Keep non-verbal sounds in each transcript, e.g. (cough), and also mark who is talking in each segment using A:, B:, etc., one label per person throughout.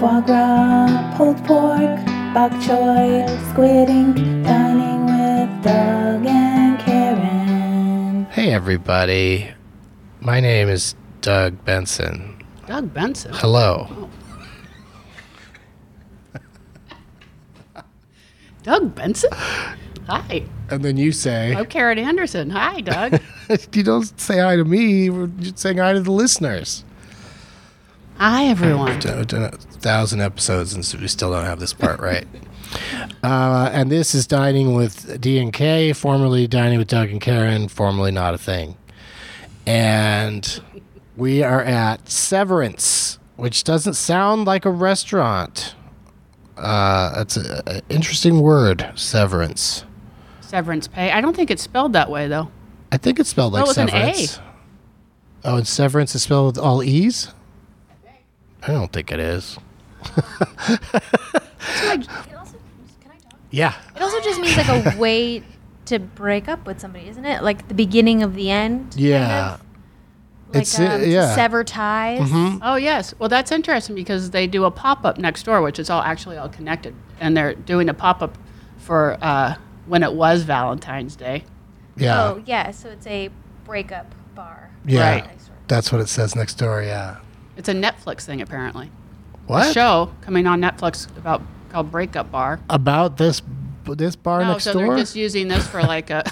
A: foie gras, pulled pork, bok choy, squid ink, dining with Doug and Karen.
B: Hey, everybody. My name is Doug Benson.
C: Doug Benson.
B: Hello.
C: Doug Benson? Hi.
B: And then you say,
C: I'm Karen Anderson. Hi, Doug.
B: (laughs) you don't say hi to me, you're just saying hi to the listeners.
C: Hi, everyone.
B: Done- done a Thousand episodes, and so we still don't have this part right. Uh, and this is Dining with D and K, formerly Dining with Doug and Karen, formerly not a thing. And we are at Severance, which doesn't sound like a restaurant. Uh, that's an interesting word, Severance.
C: Severance pay. I don't think it's spelled that way, though.
B: I think it's spelled like
C: Oh, with an A.
B: severance. Oh, and severance is spelled with all E's? I don't think it is.
D: It also, can I talk?
B: Yeah.
D: It also just means
B: (laughs)
D: like a way to break up with somebody, isn't it? Like the beginning of the end.
B: Yeah.
D: Like,
B: It's, uh,
D: um, to
B: yeah. Mm-hmm.
D: sever ties.
C: Oh, yes. Well, that's interesting because they do a pop up next door, which is all actually all connected. And they're doing a pop up for uh, when it was Valentine's Day.
B: Yeah.
D: Oh, yeah. So it's a breakup bar.
B: yeah.
C: right.
B: That's what it says next door. Yeah.
C: It's a Netflix thing, apparently. A
B: What?
C: show coming on Netflix about called Breakup Bar.
B: About this this bar
C: no,
B: next
C: so
B: door?
C: they're just using this for
B: (laughs)
C: like a.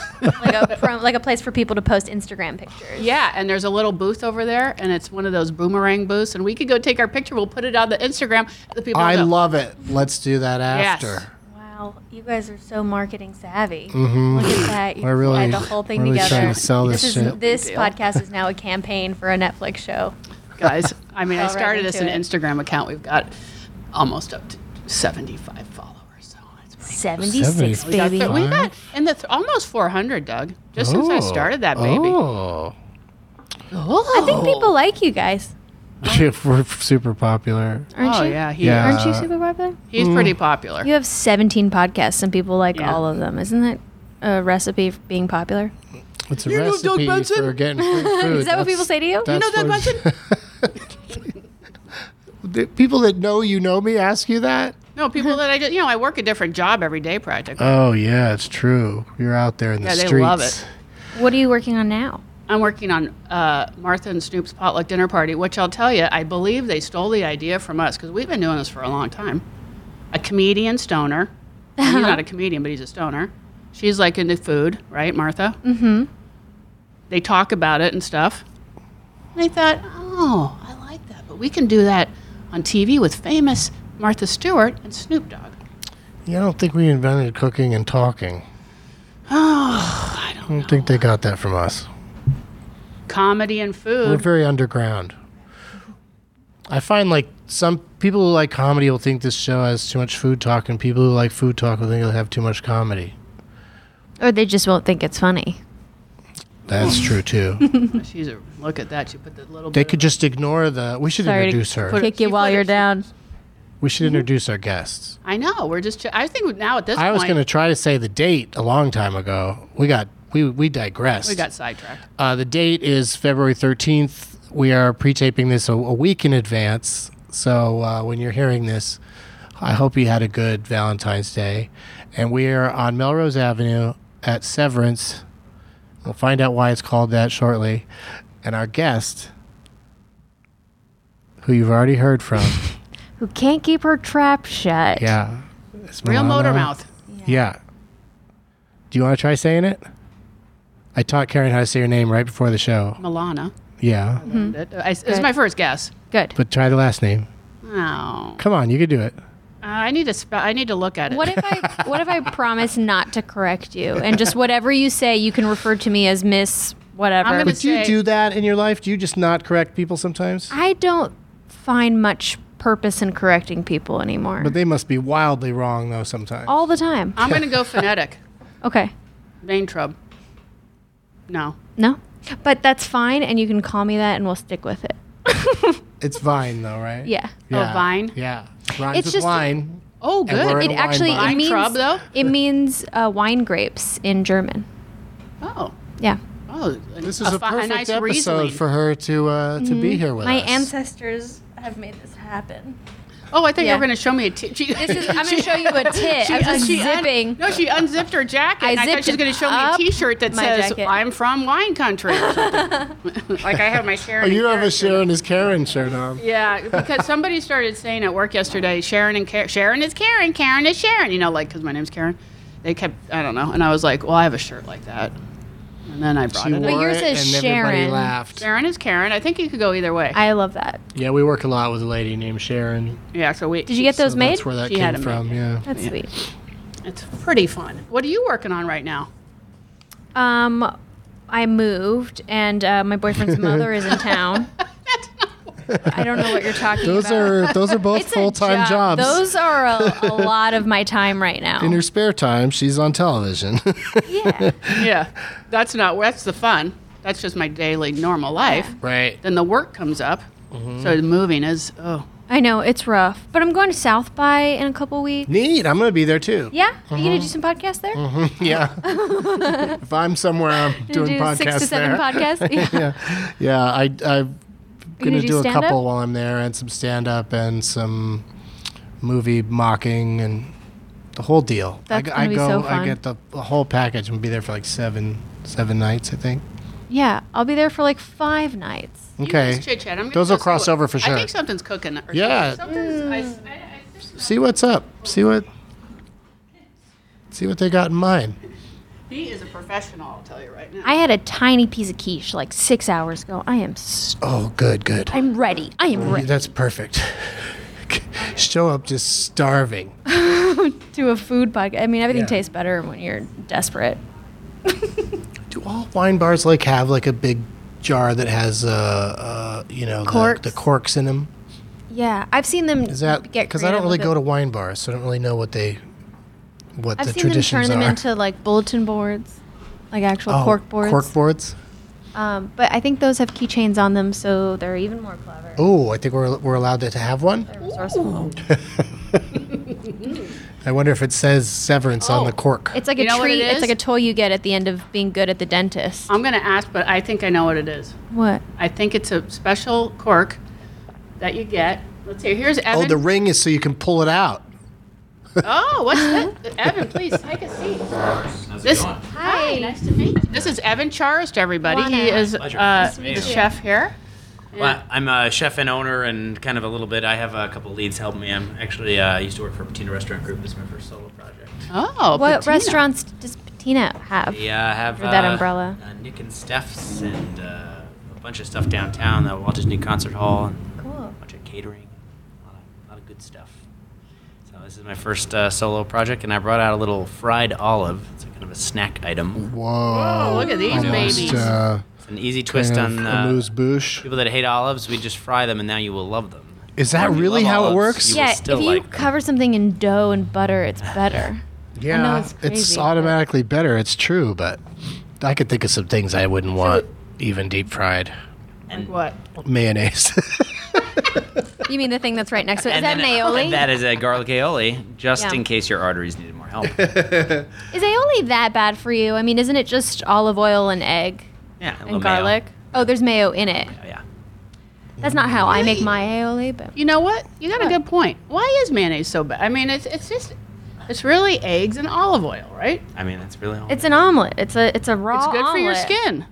D: Like a pro- like a place for people to post Instagram pictures.
C: Yeah, and there's a little booth over there, and it's one of those boomerang booths, and we could go take our picture. We'll put it on the Instagram. The people.
B: I
C: know.
B: love it. Let's do that
C: Yes.
B: after.
D: Wow, you guys are so marketing savvy. Look at that. You
B: We're Mm-hmm. really-
D: tied the whole thing
B: we're really
D: together.
B: trying to sell this
D: is,
B: shit.
D: This
C: Deal.
D: podcast is now a campaign for a
B: (laughs)
D: Netflix show.
C: (laughs) guys. I mean, I
D: Fell right
C: started this an
D: into it.
C: Instagram account. We've got almost up to 75 followers. So it's pretty.
D: 76,
C: We got,
D: baby.
C: we got in the th- almost 400, Doug. Just since I
B: Oh.
C: started that baby. Oh.
B: Oh. (laughs)
D: I think people like you guys.
B: We're super popular.
D: Aren't
C: Oh,
D: you?
C: yeah, he-
B: Yeah.
D: Aren't you super popular?
C: He's pretty popular.
D: You have 17 podcasts. Some people like
C: Yeah.
D: all of them. Isn't that a recipe for being popular?
B: It's a
C: You know Doug
B: recipe
C: Benson?
B: for getting free food.
D: (laughs) Is that what people
B: That's-
D: say to you?
B: that's
C: know Doug
B: what- (laughs) The people that know you know me ask you that?
C: No, people that I just, you know, I work a different job every day practically.
B: Oh yeah, it's true. You're out there in
C: Yeah,
B: the
C: they
B: streets.
C: love it.
D: What are you working on now?
C: I'm working on uh, Martha and Snoop's potluck dinner party, which I'll tell you, I believe they stole the idea from us because we've been doing this for a long time. A comedian stoner. He's not a comedian, but he's a stoner. She's like into food, right, Martha? Mm-hmm. They talk about it and stuff. And I thought, oh, I like that, but we can do that on TV with famous Martha Stewart and Snoop Dogg.
B: Yeah, I don't think we invented cooking and talking.
C: Oh, I
B: I
C: don't
B: don't think they got that from us.
C: comedy and
B: We're
C: food.
B: very underground. I find like some people who like comedy will think this show has too much food talk, and people who like food talk will think it'll have too much comedy.
D: Or they just won't think it's funny.
B: That's true too.
C: She's a look at that. She put the little.
B: they
C: bit
B: could just ignore the. We should
D: Sorry to
B: introduce her.
C: put-
D: Kick you
C: She
D: while
C: put
D: you're
C: it-
D: down.
B: We should introduce our guests.
C: I know. We're just. Ch- I think now at this
B: I
C: point,
B: was going to try to say the date a long time ago. We got we we digressed.
C: we got sidetracked.
B: Uh, the date is February 13th. We are pre taping this a, a week in advance. So uh, when you're hearing this, I hope you had a good Valentine's Day. And we are on Melrose Avenue at Severance. We'll find out why it's called that shortly. And our guest, who you've already heard
C: (laughs)
B: from,
D: Who can't keep her trap shut?
B: yeah, it's
C: Real
B: Milano.
C: motor mouth.
B: Yeah. Do you want to try saying it? I taught Karen how to say your name right before the show.
C: Milana.
B: Yeah.
D: Hmm.
C: That- I, it's my first guess.
D: Good.
B: But try the last name.
C: Oh,
B: Come on, you can do it.
C: I need to. Spe- I need to look at it.
D: What if I what if I promise not to correct you and just whatever you say you can refer to me as Miss whatever.
C: I'm gonna-
B: But do you
C: Say-
B: do that in your life? Do you just not correct people sometimes?
D: I don't find much purpose in correcting people anymore.
B: But they must be wildly wrong though sometimes.
D: All the time.
C: I'm going to
D: (laughs)
C: go phonetic.
D: Okay.
C: Main trub. No.
D: No. But that's fine and you can call me that and we'll stick with it. (laughs)
B: It's Vine though, right?
D: Yeah. Oh,
B: yeah.
C: Vine?
B: Yeah. Rhymes
D: It's
B: with
D: just-
B: wine.
C: Oh,
B: And we're in
C: good.
D: It
B: a wine
D: actually
B: bar.
D: it
C: Wine
D: means
C: trub, though?
D: it means uh, wine grapes in German.
C: oh.
D: Yeah.
C: Oh. an-
B: This is a,
C: fi-
B: perfect
C: nice
B: episode
C: Riesling.
B: for her to uh, to be here with
D: Mm-hmm. My
B: us.
D: ancestors have made this happen.
C: Oh, I thought you
D: Yeah.
C: were going to show me a tit. She-
D: This
C: (laughs)
D: is, I'm going to show you a tit.
C: she-
D: I was
C: she un-
D: zipping.
C: no, she unzipped her jacket.
D: I
C: and I thought
D: zipped
C: she was going to show me a
D: up
C: T-shirt that
D: my
C: says
D: jacket.
C: "I'm from Wine
D: (laughs)
C: Country." or something. like I have my Sharon.
B: Oh,
C: and
B: you have a
C: Karen shirt.
B: Sharon is Karen shirt on.
C: Yeah, because somebody started saying at work yesterday, Sharon and Karen, Sharon is Karen, Karen is Sharon. You know, like because my name's Karen. They kept, I don't know, and I was like, well, I have a shirt like that, and then I brought
B: She
C: it. up.
B: wore
D: yours
B: it,
D: is
B: and everybody
D: Sharon.
B: laughed.
C: Sharon is Karen. I think you could go either way.
D: I love that.
B: Yeah, we work a lot with a lady named Sharon.
C: yeah. So we.
D: Did you get those
B: so
D: made?
B: That's where that
C: She had
B: came
C: them
B: from.
C: made.
B: Yeah.
D: That's sweet.
C: It's pretty fun. What are you working on right now?
D: Um, I moved, and uh, my boyfriend's mother is in town.
C: (laughs)
D: I don't know what you're talking
B: Those
D: about.
B: are those are both
D: It's a
B: full time
D: job.
B: jobs.
D: Those are a, a lot of my time right now.
B: In her spare time, she's on television.
D: (laughs) yeah.
C: yeah, that's not. That's the fun. That's just my daily normal life.
B: right.
C: Then the work comes up. So the moving is oh.
D: I know it's rough, but I'm going to South by in a couple weeks.
B: Neat. I'm gonna be there too.
D: Yeah, Are you gonna do some podcasts there?
B: Yeah.
D: (laughs)
B: if I'm somewhere, I'm
D: Gonna
B: doing
D: do
B: podcasts
D: six to seven
B: there.
D: (laughs) podcasts. Yeah.
B: yeah, yeah. I I'm
D: gonna
B: gonna
D: do
B: do a
D: stand-up?
B: couple while I'm there, and some stand up and some movie mocking and the whole deal. I, g-
D: That's gonna
B: I
D: be
B: go.
D: so
B: I
D: fun.
B: get the, the whole package. I'm gonna be there for like seven seven nights, I think.
D: yeah, I'll be there for like five nights.
B: Okay.
C: Chit chat.
B: Those will cross over for
C: I
B: sure.
C: think something's cooking. Or
B: Yeah.
C: Something's, I, I, I, there's
B: See what's up. See what. See what they got in mind.
C: He is a professional, I'll tell you right now.
D: I had a tiny piece of quiche like six hours ago. I am s
B: Oh, good, good.
D: I'm ready. I am ready
B: That's perfect. (laughs) Show up just starving.
D: to a food podcast. I mean, everything
B: Yeah.
D: tastes better when you're desperate.
B: Do all wine bars like have like a big jar that has uh, uh you know
D: Corks.
B: The, the corks in them?
D: Yeah, I've seen them
B: Is that
D: get
B: because I don't really go to wine bars, so I don't really know what they what
D: I've
B: the
D: seen them turn
B: traditions
D: them
B: are.
D: into like bulletin boards, like
B: (laughs)
D: actual
B: Oh,
D: cork boards.
B: Cork boards.
D: Um, but I think those have keychains on them, so they're even more clever.
B: Oh, I think we're we're allowed to, to have one.
D: They're resourceful.
B: (laughs) I wonder if it says severance on the
C: Oh.
B: cork.
D: It's like
C: You
D: a
C: know what it
D: treat.
C: is?
D: It's like a toy you get at the end of being good at the dentist.
C: I'm going to ask, but I think I know what it is.
D: What?
C: I think it's a special cork that you get. Let's see. Here's
B: oh,
C: Evan.
B: the ring is so you can pull it out.
C: Oh, what's that? Evan, please take a seat.
E: How's
C: This,
E: it going?
C: hi, nice to meet you. This is Evan Charest, everybody. He
D: Lana.
C: is
E: Pleasure.
C: uh,
E: Nice to meet
C: the
E: you.
C: chef here.
E: Well, I'm a chef and owner, and kind of a little bit. I have a couple leads helping me. I'm actually uh, I used to work for Patina Restaurant Group. This is my first solo project.
C: Oh,
D: What
C: Patina.
D: restaurants does Patina have?
E: We uh, have
D: Under that
E: uh,
D: umbrella.
E: Uh, Nick and Steph's, and uh, a bunch of stuff downtown. The Walt Disney Concert Hall, and
D: Cool.
E: a bunch of catering, a lot of, lot of good stuff. So this is my first uh, solo project, and I brought out a little fried olive. It's a kind of a snack item.
B: Whoa!
C: Oh, look at these
B: Almost,
C: babies.
B: Uh,
E: It's an easy twist
B: kind of
E: on uh,
B: amuse bouche.
E: people that hate olives. We just fry them, and now you will love them.
B: Is that
E: Or if you
B: really
E: love
B: how it
E: olives,
B: works?
E: you will
D: Yeah, if you
E: still like them.
D: cover something in dough and butter,
E: (laughs)
D: it's better.
B: Yeah,
D: know it's crazy, but-
B: automatically better. It's true, but I could think of some things I wouldn't want, even deep fried
E: And-
C: What?
B: mayonnaise. (laughs)
D: you mean the thing that's right next to it? Is
E: and
D: that an
E: then-
D: aioli?
E: and (laughs) that is a garlic aioli, just
D: Yeah.
E: in case your arteries needed more
B: (laughs)
E: help.
D: is aioli that bad for you? I mean, isn't it just olive oil and egg
E: yeah, a
D: and
E: little mayo.
D: garlic? Oh, there's mayo in it.
E: Oh, yeah.
D: That's not how I make my aioli, but
C: You know what? You got a good point. Why is mayonnaise so bad? I mean, it's, it's just, it's really eggs and olive oil, right?
E: I mean, that's really all.
D: it's an omelet. It's a it's a raw.
C: It's good for your
D: omelet.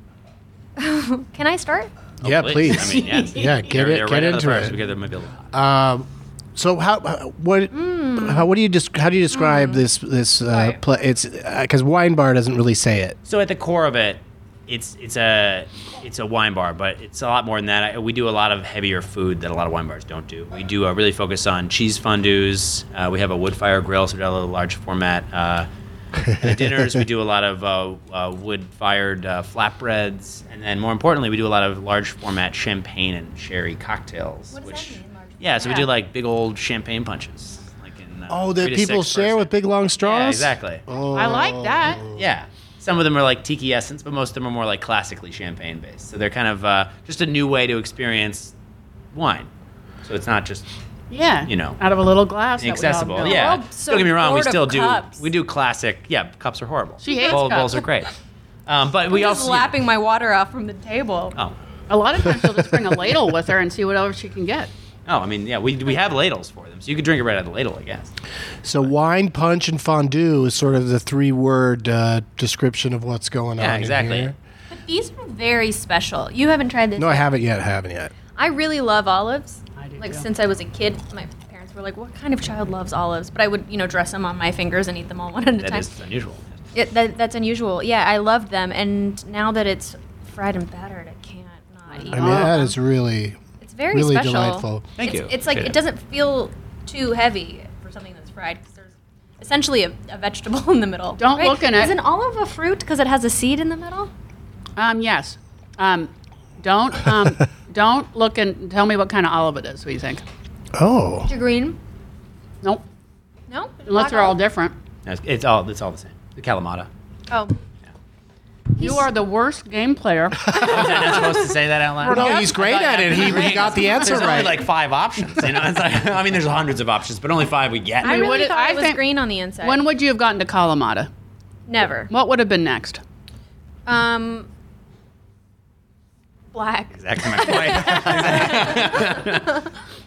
C: skin.
D: (laughs) Can I start?
E: Oh,
B: yeah,
E: I
B: please.
E: mean, yes.
B: Yeah, get
E: They're-
B: it-
E: they're
B: get
E: right out of the
B: into
E: box
B: it.
E: Because there might be a little hot.
B: um, so how how- what how what do you desc- how do you describe this this uh,
C: Right.
B: pla It's because wine bar doesn't really say it.
E: So at the core of it, it's it's a it's a wine bar, but it's a lot more than that. I, we do a lot of heavier food that a lot of wine bars don't do. We do uh, really focus on cheese fondues. Uh, we have a wood fire grill, so we got a little large format. Uh, and at dinners, we do a lot of uh, uh, wood fired uh, flatbreads, and then more importantly, we do a lot of large format champagne and sherry cocktails.
D: What does
E: which,
D: that mean, large
E: Yeah, so we
D: format?
E: do like big old champagne punches. Like in, uh,
B: Oh, that
E: three to
B: people
E: six
B: share
E: person.
B: with big long straws.
E: Yeah, exactly.
B: Oh,
C: I like that.
E: Yeah. Some of them are like tiki essence, but most of them are more like classically champagne based. So they're kind of uh, just a new way to experience wine. So it's not just
C: Yeah.
E: You know.
C: out of a little glass. that we all
E: inaccessible.
C: built.
E: Yeah.
D: We're all so
E: Don't get me wrong. We
D: bored of
E: still do.
D: cups.
E: We do classic. Yeah. Cups are horrible.
C: She hates
E: Bowl-
C: cups.
E: Bowls are great. Um, but we also.
D: my water off from the table.
E: Oh.
B: (laughs)
C: A lot of times she'll just bring a ladle with her and see whatever she can get.
E: Oh, I mean, yeah, we, we have ladles for them, so you could drink it right out of the ladle, I guess.
B: So wine, punch, and fondue is sort of the three-word uh, description of what's going on.
E: Yeah,
B: in
E: exactly.
B: here.
D: But these are very special. You haven't tried this.
B: No, I
D: yet.
B: haven't yet. Haven't yet.
D: I really love olives.
C: I do
D: like
C: too.
D: since I was a kid, my parents were like, "What kind of child loves olives?" But I would, you know, dress them on my fingers and eat them all (laughs) one at a
E: That
D: time.
E: is unusual.
D: It, that, that's unusual. Yeah, I loved them, and now that it's fried and battered, I can't not eat.
B: I mean,
D: all of
B: that
D: them.
B: is really,
D: it's very
B: really
D: special.
B: delightful.
E: Thank
D: it's,
E: you.
D: It's like
E: Appreciate
D: it
E: it.
D: doesn't feel too heavy for something that's fried because there's essentially a, a vegetable (laughs) in the middle.
C: Don't look in it.
D: Is an olive a fruit because it has a seed in the middle?
C: Um, yes. Um,
B: (laughs)
C: don't um, don't look and tell me what kind of olive it is. What do you think?
B: Oh,
D: You're green.
C: Nope.
D: No,
C: Unless they're all different.
E: No, it's, it's all it's all the same. The Kalamata.
D: Oh,
C: You are the worst game
D: (laughs)
C: player. (laughs)
E: Was I not supposed to say that out loud?
B: no, he's great at it. He, he got the answer
E: There's only
B: right.
E: like five options. You know, it's like, (laughs) I mean, there's hundreds of options, but only five we get.
D: I
C: mean,
D: really
C: what it-
D: thought
C: I
D: it was
C: think-
D: green on the inside.
C: when would you have gotten to Kalamata?
D: Never.
C: What would have been next?
D: Um, black.
E: Exactly my point. (laughs) I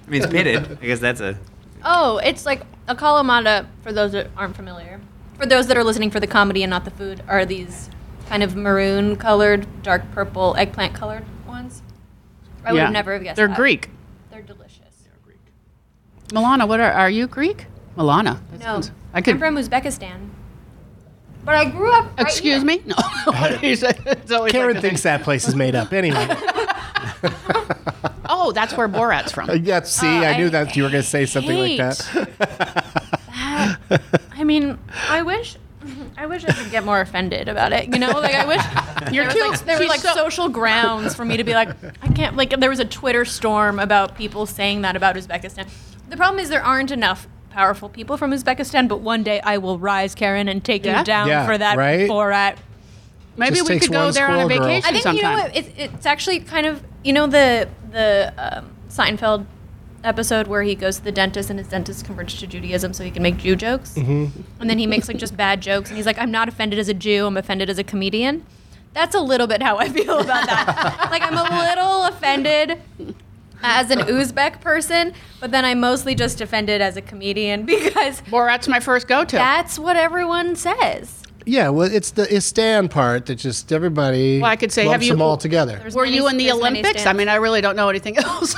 E: mean, it's pitted. I guess that's a.
D: Oh, it's like a kalamata. For those that aren't familiar, for those that are listening for the comedy and not the food, are these kind of maroon colored, dark purple, eggplant colored ones? I would have never have guessed.
C: They're
D: that.
C: Greek.
D: They're delicious.
C: Milana, what are, are you Greek? Milana. That
D: No,
C: sounds- I could.
D: am from Uzbekistan, but I grew up. Right
C: excuse
D: here.
C: me. No. (laughs) What do you say? It's always
B: Karen
C: like a thing.
B: thinks that place is made up.
C: (laughs)
B: Anyway,
C: Oh, that's where Borat's from.
B: yeah. See,
D: Oh,
B: I knew
D: I
B: that you were going to say something like that.
D: I mean, I wish. I wish I could get more offended about it. You know, like I
B: (laughs)
D: wish
C: You're
D: there was
C: too-
D: like, there were
C: she's
D: like
C: so-
D: social grounds for me to be like, I can't. Like there was a Twitter storm about people saying that about Uzbekistan. The problem is there aren't enough powerful people from Uzbekistan. But one day I will rise, Karen, and take
C: Yeah.
D: you down
B: Yeah,
D: for that
B: right?
D: Borat.
C: Maybe
B: Just
C: we
B: takes
C: could go
B: one
C: there on a
B: squirrel girl.
C: vacation
D: I think you
C: sometime.
D: know what, it's, it's actually kind of you know the the um, Seinfeld episode where he goes to the dentist and his dentist converts to Judaism so he can make Jew jokes, and then he makes like just bad jokes and he's like, I'm not offended as a Jew, I'm offended as a comedian. That's a little bit how I feel about that. like I'm a little offended as an Uzbek person, but then I'm mostly just offended as a comedian (laughs) because
C: Borat's my first go-to.
D: that's what everyone says.
B: (laughs) Yeah, well, it's the Istan part that just everybody.
C: Well, I could say, have
B: lumps
C: you-
B: them all together?
D: There's
C: Were
D: many-
C: you in the
D: there's many
C: Olympics? I
D: stands.
C: mean, I really don't know anything (laughs) else.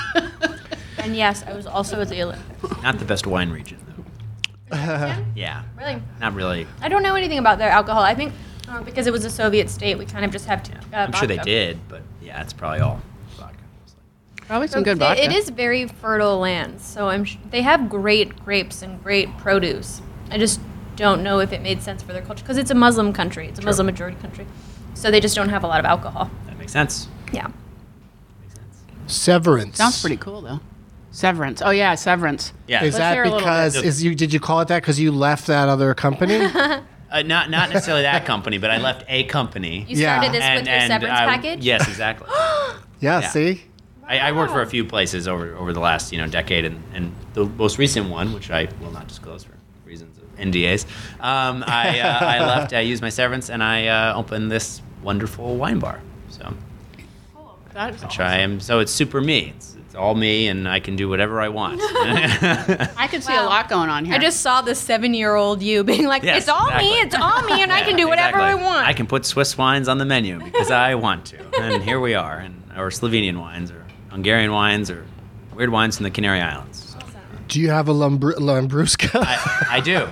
D: and yes, I was also at the Olympics.
E: Not the best wine region, though. yeah.
D: Really.
E: Not really.
D: I don't know anything about their alcohol. I think uh, because it was a Soviet state, we kind of just have to. Uh,
E: I'm sure they
D: vodka.
E: did, but yeah, it's probably all vodka.
C: Probably
D: So
C: some good
D: they-
C: vodka.
D: It is very fertile land, so I'm. Sh- they have great grapes and great produce. I just don't know if it made sense for their culture because it's a Muslim country. It's a Muslim majority country, so they just don't have a lot of alcohol.
E: That makes sense.
D: Yeah.
E: Makes sense.
B: Severance.
C: Sounds pretty cool though. Severance. Oh yeah, Severance.
E: Yeah.
B: Is
C: Let's hear
B: that
C: a little
B: because
E: bit.
B: is you did you call it that because you left that other company?
E: Uh, not not necessarily that company, but I left a company.
D: You
B: Yeah.
D: started this with your severance
E: I-
D: package. (gasps)
E: Yes, exactly. (laughs)
B: yeah,
E: Yeah.
B: See,
E: I, I worked for a few places over over the last you know decade, and, and the most recent one, which I will not disclose for reasons of NDAs, um, I uh,
D: (laughs)
E: I left. I used my severance, and I uh, opened this wonderful wine bar. So
C: That is
E: which I am. So it's super me. It's, it's all me, and I can do whatever I
D: (laughs)
E: want.
C: awesome. I could see a
D: Wow.
C: lot going on here.
D: I just saw the seven-year-old you being like,
E: Yes,
D: "It's all me.
E: exactly.
D: It's all me, and I
E: (laughs) Yeah,
D: can do whatever
E: exactly.
D: I want."
E: I can put Swiss wines on the menu because I want to, and here we are, and or Slovenian wines, or Hungarian wines, or weird wines from the Canary Islands.
B: do you have a lumbr- lambrusca?
E: I, I do,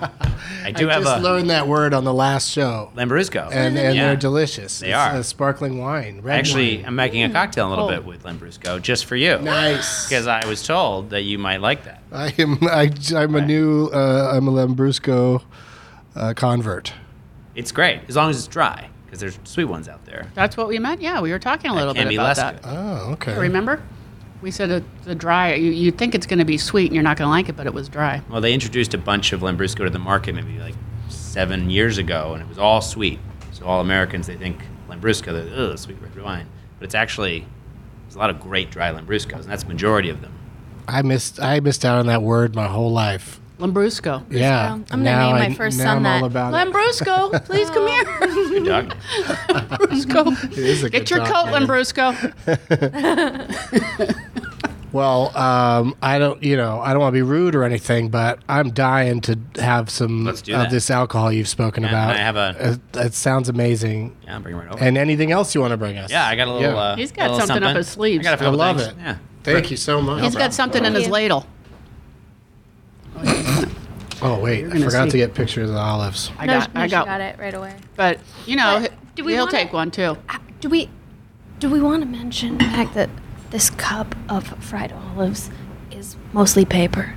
E: I
B: (laughs)
E: do have
B: just
E: a
B: learned that word on the last show,
E: Lambrusco.
B: and, and
E: Yeah.
B: they're delicious.
E: They
B: it's
E: are.
B: a sparkling wine. Red
E: Actually,
B: wine.
E: I'm making a cocktail in a little
C: Oh.
E: bit with Lambrusco just for you.
B: nice.
E: Because I was told that you might like that.
B: I am (laughs) I, I'm a new uh, I'm a lambrusco uh, convert.
E: It's great as long as it's dry, because there's sweet ones out there.
C: That's what we meant. Yeah, we were talking a little
E: Can
C: bit
E: be
C: about
E: less
C: that.
E: good.
B: Oh, okay.
C: Remember? We said uh, the dry. You you think it's going to be sweet and you're not going to like it, but it was dry.
E: Well, they introduced a bunch of Lambrusco to the market maybe like seven years ago, and it was all sweet. So all Americans they think Lambrusco, they're ugh, sweet red wine, but it's actually there's a lot of great dry Lambruscos, and that's the majority of them.
B: I missed I missed out on that word my whole life.
D: Oh.
C: Lambrusco.
E: (laughs)
B: Yeah,
D: I'm gonna
B: Now
D: name my
B: I-
D: first
B: now
D: son
B: I'm
D: that.
B: All about it.
C: Lambrusco, please
D: (laughs)
C: come here. (laughs)
E: Good dog.
C: Lambrusco,
B: is a
C: get
B: good
C: your
B: (laughs) dog
C: coat,
B: name.
C: Lambrusco.
B: Well, um, I don't, you know, I don't want to be rude or anything, but I'm dying to have some
E: Let's do
B: of
E: that.
B: this alcohol you've spoken
E: Yeah,
B: about.
E: I have a-
B: It, it sounds amazing.
E: Yeah, I'm bringing it right over.
B: And anything else you want to bring us?
E: yeah, I got a little.
B: Yeah.
E: Uh,
C: He's got
E: a little
C: something up his sleeves.
E: I, got a
B: I
E: couple
B: love
E: things.
B: it.
E: Yeah.
B: Thank you so much.
C: He's got something in his
D: you.
C: ladle.
B: Oh wait, I
C: gonna
B: forgot
C: see.
B: to get pictures of the olives.
C: I got,
D: no,
C: I
D: she
C: got,
D: got it right away.
C: But you know,
D: But do we
C: he'll
D: wanna-
C: take one too.
D: Uh, Do we do we want to mention the fact that this cup of fried olives is mostly paper?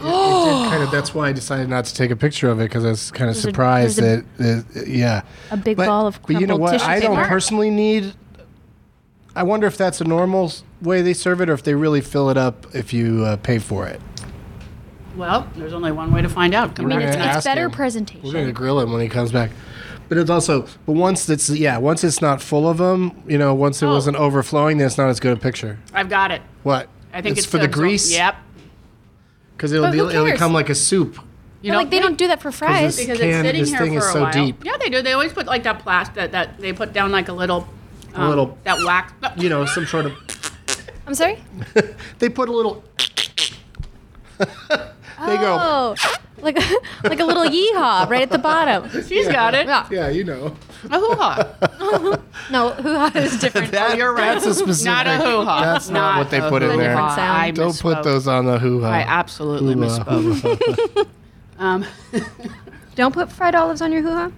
B: kind of, that's why I decided not to take a picture of it because I was kind of
D: a-
B: surprised
D: there's
B: that, that- yeah.
D: A big ball of
B: but you know
D: crumpled
B: what?
D: tissue
B: I don't
D: paper.
B: personally need. I wonder if that's a normal s- way they serve it, or if they really fill it up if you uh, pay for it.
C: Well, there's only one way to find out. Come
B: I mean,
C: back
B: it's-
C: tonight.
B: ask
F: It's better
B: him. We're
F: presentation.
B: gonna grill him when he comes back. But it's also, but once it's yeah, once it's not full of them, you know, once it
C: Oh.
B: wasn't overflowing, then it's not as good a picture.
C: I've got it.
B: What?
C: I think it's,
B: for the
C: absor-
B: grease.
C: Yep.
B: Because it'll
D: But
B: be,
D: who
B: it'll
D: cares?
B: become like a soup.
C: You
D: But, like they don't do that for fries.
B: this-
C: because
B: can of
C: it's sitting
B: this
C: here
B: thing
C: for
B: is
C: a
B: so
C: while.
B: deep.
C: Yeah, they do. They always put like that plastic that, that they put down like a little, um,
B: little-
C: that wax.
B: You know, some sort of.
D: I'm sorry.
B: (laughs) They put a little. (laughs) they go.
D: Oh, like (laughs) a, like a little yeehaw right at the bottom.
C: (laughs) She's got it.
D: Yeah.
B: Yeah, you know.
C: A hoo ha.
B: (laughs)
D: No, hoo ha is different.
B: That-
C: you're right.
B: That's a specific.
C: Not a hoo ha.
B: That's not what they put in there.
D: hoo-ha.
C: I
B: Don't put
C: misspoke.
B: those uh, on the hoo ha.
C: I absolutely misspoke. (laughs) Um,
D: Don't put fried olives on your hoo ha.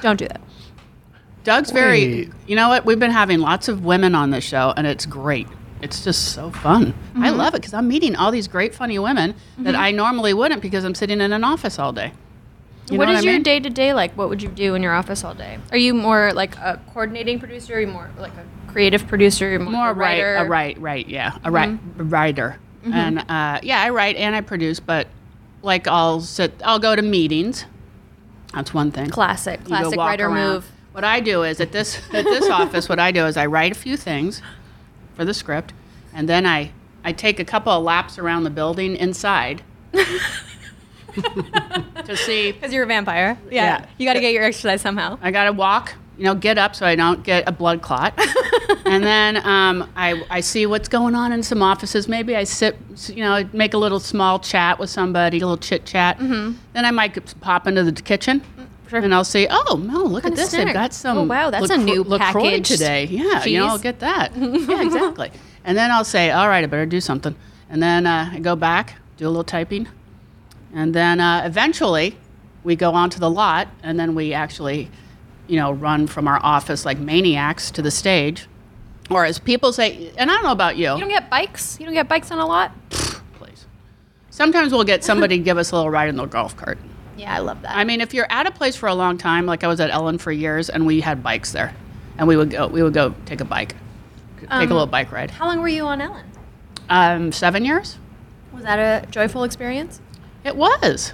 D: Don't do that.
C: Doug's very.
B: Wait.
C: You know what? We've been having lots of women on this show, and it's great. It's just so fun.
D: Mm-hmm.
C: I love it because I'm meeting all these great, funny women that I normally wouldn't because I'm sitting in an office all day. You
D: what
C: know
D: is
C: what I
D: your
C: mean?
D: day to day like? What would you do in your office all day? Are you more like a coordinating producer? Are you more like a creative producer? Are you more,
C: more
D: a
C: right,
D: writer? Mm-hmm.
C: a right, right, yeah, a right, a writer, and uh, yeah, I write and I produce, but like I'll sit, I'll go to meetings. That's one thing.
D: Classic,
C: You go
D: classic
C: walk
D: writer
C: around.
D: move.
C: What I do is at this at
D: (laughs)
C: this office, what I do is I write a few things for the script, and then I I take a couple of laps around the building
D: (laughs)
C: inside to see
D: Because you're a vampire.
C: Yeah.
D: You got to get your exercise somehow.
C: I gotta walk, you know, get up so I don't get a blood
D: (laughs)
C: clot. and then um, I, I see what's going on in some offices. Maybe I sit, you know, make a little small chat with somebody, a little chit chat.
D: Mm-hmm.
C: Then I might pop into the kitchen. And I'll see. Oh no! Look
D: Mm, Kinda
C: at this.
D: snack.
C: They've got some.
D: Oh, wow, that's a new
C: LaCroix
D: packaged
C: today. Yeah, you know, I'll
D: cheese.
C: get
D: (laughs)
C: that. yeah, exactly. And then I'll say, all right, I better do something. And then uh, I go back, do a little typing, and then uh, eventually we go onto the lot and then we actually, you know, run from our office like maniacs to the stage. Or as people say, and I don't know about you.
D: You don't get bikes. You don't get bikes on a lot.
C: please. Sometimes we'll get somebody
D: (laughs)
C: to give us a little ride in the golf cart.
D: Yeah, I love that.
C: I mean, if you're at a place for a long time, like I was at Ellen for years and we had bikes there. And we would go we would go take a bike. Take
D: Um,
C: a little bike ride.
D: How long were you on Ellen?
C: Um, seven years?
D: Was that a joyful experience?
C: It was.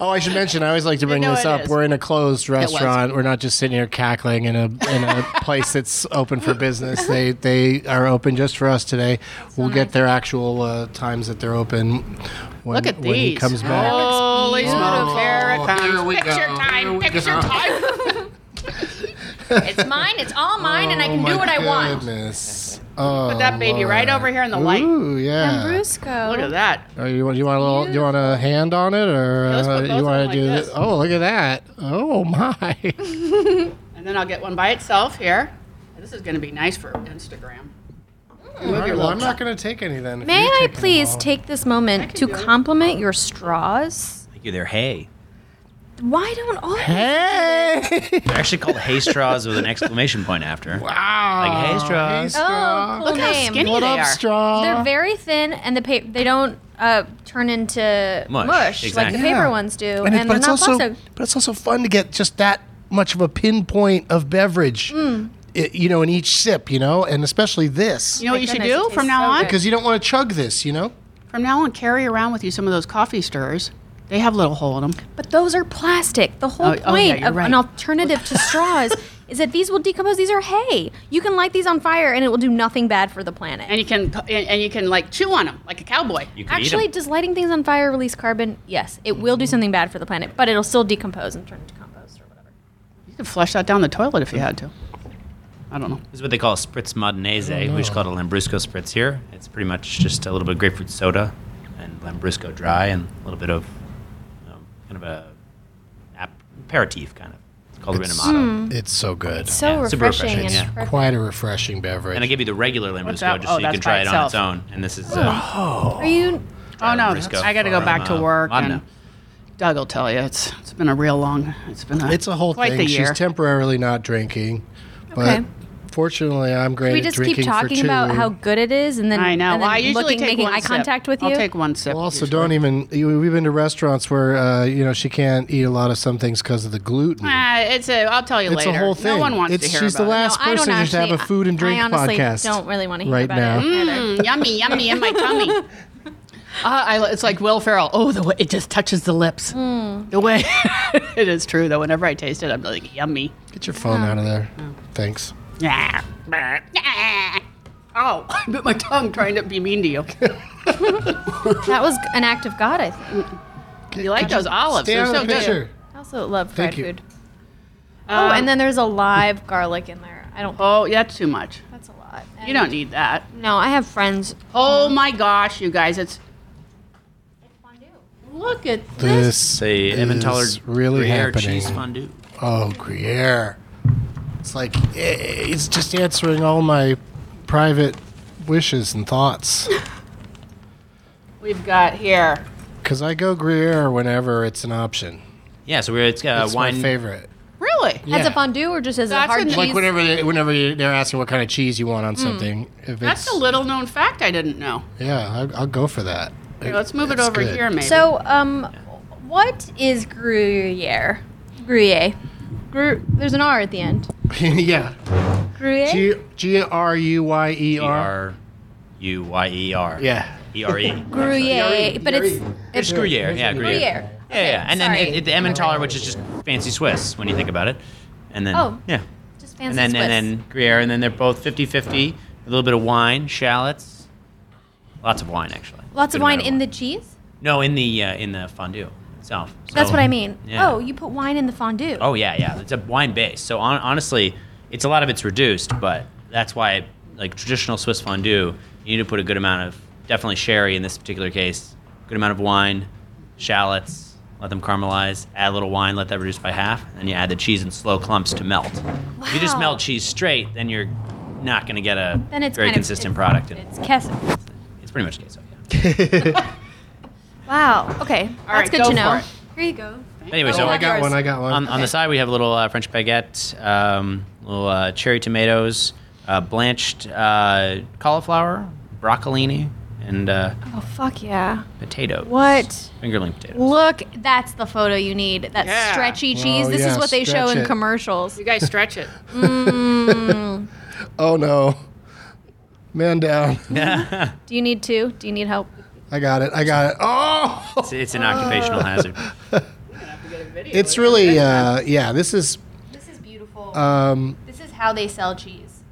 B: Oh, I should mention, I always like to bring
C: know
B: this
C: it
B: up.
C: is.
B: We're in a closed restaurant. We're not just sitting here cackling in a in a place that's open for business. They they are open just for us today. we'll get their actual uh, times that they're open when,
C: Look at
B: when he
C: these. Oh,
B: comes back.
D: Oh,
C: Holy smokes. Oh, Here it comes.
B: here we
C: picture
B: go. Here
C: time.
B: we
C: Picture
B: go.
C: time.
D: It's mine. It's all mine, and I can
B: Oh my
D: do what I want.
B: goodness. Oh,
C: (laughs) Put that baby right over here in the light.
B: Ooh, yeah.
D: Brusco.
C: Look at that.
B: Oh, you want you want a little, you want a hand on it, or
C: let's put
B: uh,
C: both
B: you
C: of
B: want to
C: them
B: do?
C: like
B: thi-
C: this.
B: Oh, look at that! Oh (laughs) my!
C: And then I'll get one by itself here. This is going to be nice for Instagram.
B: All right, well, I'm not going to take any then. if
D: May
B: you're
D: I
B: taking them
D: please
B: all.
D: take this moment to
C: do it.
D: compliment your straws?
E: Thank you. They're hay.
D: Why don't
B: (laughs)
D: all
B: Hey!
E: They're actually called hay straws with an exclamation point
B: Wow.
E: after. Like, hey, straw.
B: Ah, Hey,
D: Oh,
B: straw.
D: cool
C: Look how
D: name.
C: skinny
B: What
C: they
B: up,
C: are.
B: straw?
D: They're very thin, and the paper they don't uh, turn into mush,
E: Mush,
D: like
E: exactly.
D: the
B: Yeah.
D: paper ones do, and,
B: And it- but
D: they're
B: it's
D: not
B: also
D: plastic.
B: but it's also fun to get just that much of a pinpoint of beverage, i- you know, in each sip, you know, and especially this
C: You know what you should
D: goodness,
C: do
D: it
C: from
D: tastes
C: now
D: so
C: on?
D: good.
B: because you don't want to chug this, you know.
C: From now on, carry around with you some of those coffee stirrers. They have a little hole in them.
D: But those are plastic. The whole
C: Oh,
D: point
C: oh, yeah, you're
D: of
C: right.
D: an alternative to straws is that these will decompose. These are hay. You can light these on fire, and it will do nothing bad for the planet.
C: And you can and, and you can like chew on them like a cowboy.
E: You can
D: Actually,
E: eat them.
D: does lighting things on fire release carbon? Yes, it will do something bad for the planet, but it'll still decompose and turn into compost or whatever.
C: You could flush that down the toilet if you had to. I don't know.
E: This is what they call a spritz
C: Oh,
E: modernese. We just call it a Lambrusco spritz here. It's pretty much just a little bit of grapefruit soda and Lambrusco dry and a little bit of um, kind of a ap- aperitif kind of. It's called
B: It's-
E: a Renamato.
B: It's so good.
D: So
E: Yeah, super
D: refreshing,
E: refreshing,
D: and
E: yeah.
D: perfect.
B: Quite a refreshing beverage.
E: And I give you the regular Lambrusco just
C: that?
E: so
C: Oh,
E: you
C: that's
E: can try
C: by
E: it on its
C: itself.
E: own. And this is uh,
D: Are you?
C: Oh no,
E: Lambrusco
C: I got to go
E: from,
C: back to
E: uh,
C: work.
E: Modena.
C: And Doug will tell you it's it's been a real long. It's been a
B: it's a whole
C: quite
B: thing.
C: The year.
B: She's temporarily not drinking, but
D: Okay.
B: fortunately, I'm great
F: we
B: at
F: just
B: drinking
F: keep talking
B: for two.
F: about how good it is, and then
C: I know.
F: and
C: Well,
F: then
C: I usually
F: looking,
C: take
F: making
C: one
F: eye
C: sip.
F: contact with you.
C: I'll take one sip.
B: Well, also,
C: usually.
B: don't even. you- We've been to restaurants where uh, you know she can't eat a lot of some things because of the gluten.
C: Ah, it's a. I'll tell you
B: it's
C: later.
B: a whole thing.
C: No one wants
B: it's,
C: to hear
B: She's
C: about
B: the
C: it.
B: last
F: I don't
B: person to
F: actually-
B: have a food and
F: I
B: drink
F: honestly
B: podcast.
F: don't really wanna hear
B: right
F: about
B: now.
F: it.
C: Mm, yummy, yummy in my
F: (laughs)
C: tummy. Uh, I, it's like Will Ferrell. Oh, the way it just touches the lips.
F: Hmm.
C: The way (laughs) it is true though. Whenever I taste it, I'm like yummy.
B: Get your phone out of there. Thanks.
C: Yeah. Oh, (laughs) I bit my tongue trying to be mean to you. Mm.
F: (laughs) That was an act of God, I think.
C: You like those olives?
B: Stay
C: They're
B: out
C: so
B: of the
C: good.
B: picture.
F: I also love
B: Thank
F: fried
B: you.
F: food. oh, and then there's a live garlic in there. I don't.
C: Oh, that's too much.
F: That's a lot.
C: You don't need that.
F: No, I have friends.
C: Oh my gosh, you guys, it's
F: Look at
B: This
E: Say Emmentaler
B: is really
E: Gruyere
B: happening.
E: cheese fondue.
B: Oh, Gruyere. It's like eh, it's just answering all my private wishes and
C: (laughs)
B: thoughts.
C: we've got here.
B: Because I go Gruyere whenever it's an option.
E: Yeah, so we're, it's uh,
B: It's
E: wine.
B: my favorite.
C: Really?
F: As
B: Yeah.
F: a fondue or just as
C: That's
F: a hard
C: an-
F: cheese?
C: Like
B: Like whenever they, whenever you, they're asking what kind of cheese you want on something, if
C: Hmm. That's
B: it's,
C: a little known fact I didn't know.
B: yeah, I'll, I'll go for that.
C: Here, let's move it
B: It's
C: over
B: good.
C: here, maybe.
F: so, um,
D: What is Gruyere? Gruyere. Gru-
F: there's an R at the end.
B: (laughs) yeah,
D: Gruyere.
B: G G R U Y E
E: E
B: R.
E: R U Y E R. (laughs)
B: Yeah,
E: E R E.
D: Gruyere, but it's
E: It's Gruyere. Yeah, Gruyere.
D: Gruyere.
E: Yeah, yeah. And then
D: sorry.
E: it, it, the Emmentaler, which is just fancy Swiss when you think about it. And then,
D: Oh.
E: yeah.
D: just fancy
E: And then,
D: Swiss.
E: and then Gruyere, and then they're both 50 50, a little bit of wine, shallots. Lots of wine, actually.
D: Lots of
E: Good
D: wine
E: amount
D: in the cheese.
E: No, in the uh, in the fondue itself.
D: That's
E: So-
D: what I mean.
E: Yeah.
D: Oh, you put wine in the fondue.
E: Oh yeah, yeah. It's a wine base. So on, honestly, it's a lot of it's reduced, but that's why like traditional Swiss fondue, you need to put a good amount of definitely sherry in this particular case, good amount of wine, shallots, let them caramelize, add a little wine, let that reduce by half, and you add the cheese in slow clumps to melt. If you just
D: Wow.
E: melt cheese straight, then you're not going to get a
D: Then it's
E: very
D: kind of-
E: consistent
D: it's-
E: product. And
D: It's queso.
E: it's pretty much queso. Yeah.
D: Wow. Okay. That's
C: right,
D: good
C: go
D: to know.
C: for it.
D: Here you go.
E: Anyway, so
B: Oh, I
D: like
B: got
D: yours.
B: one. I got one.
E: On, on the side, we have a little uh, French baguette, um, little uh, cherry tomatoes, uh, blanched uh, cauliflower, broccolini, and uh,
D: Oh fuck yeah.
E: potatoes.
D: What?
E: Fingerling potatoes.
D: Look, that's the photo you need. That
C: Yeah.
D: stretchy
B: Wow,
D: cheese. this
B: yeah,
D: is what they show
B: stretch
D: in
B: it.
D: commercials.
C: you guys stretch it.
B: oh no, man down.
D: Do you need two? Do you need help?
B: I got it. I got it. Oh.
E: It's, it's an occupational hazard.
B: It's really, uh, yeah. This is.
D: This is beautiful.
B: Um,
D: this is how they sell cheese.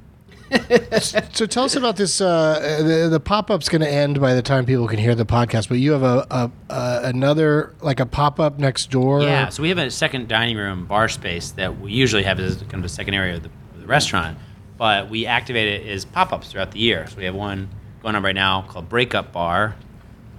B: so tell us about this. Uh, the, the pop up's going to end by the time people can hear the podcast, but you have a, a, a another like a pop up next door.
E: Yeah, so we have a second dining room bar space that we usually have as kind of a second area of the, of the restaurant, but we activate it as pop ups throughout the year. So we have one going on right now called Breakup Bar,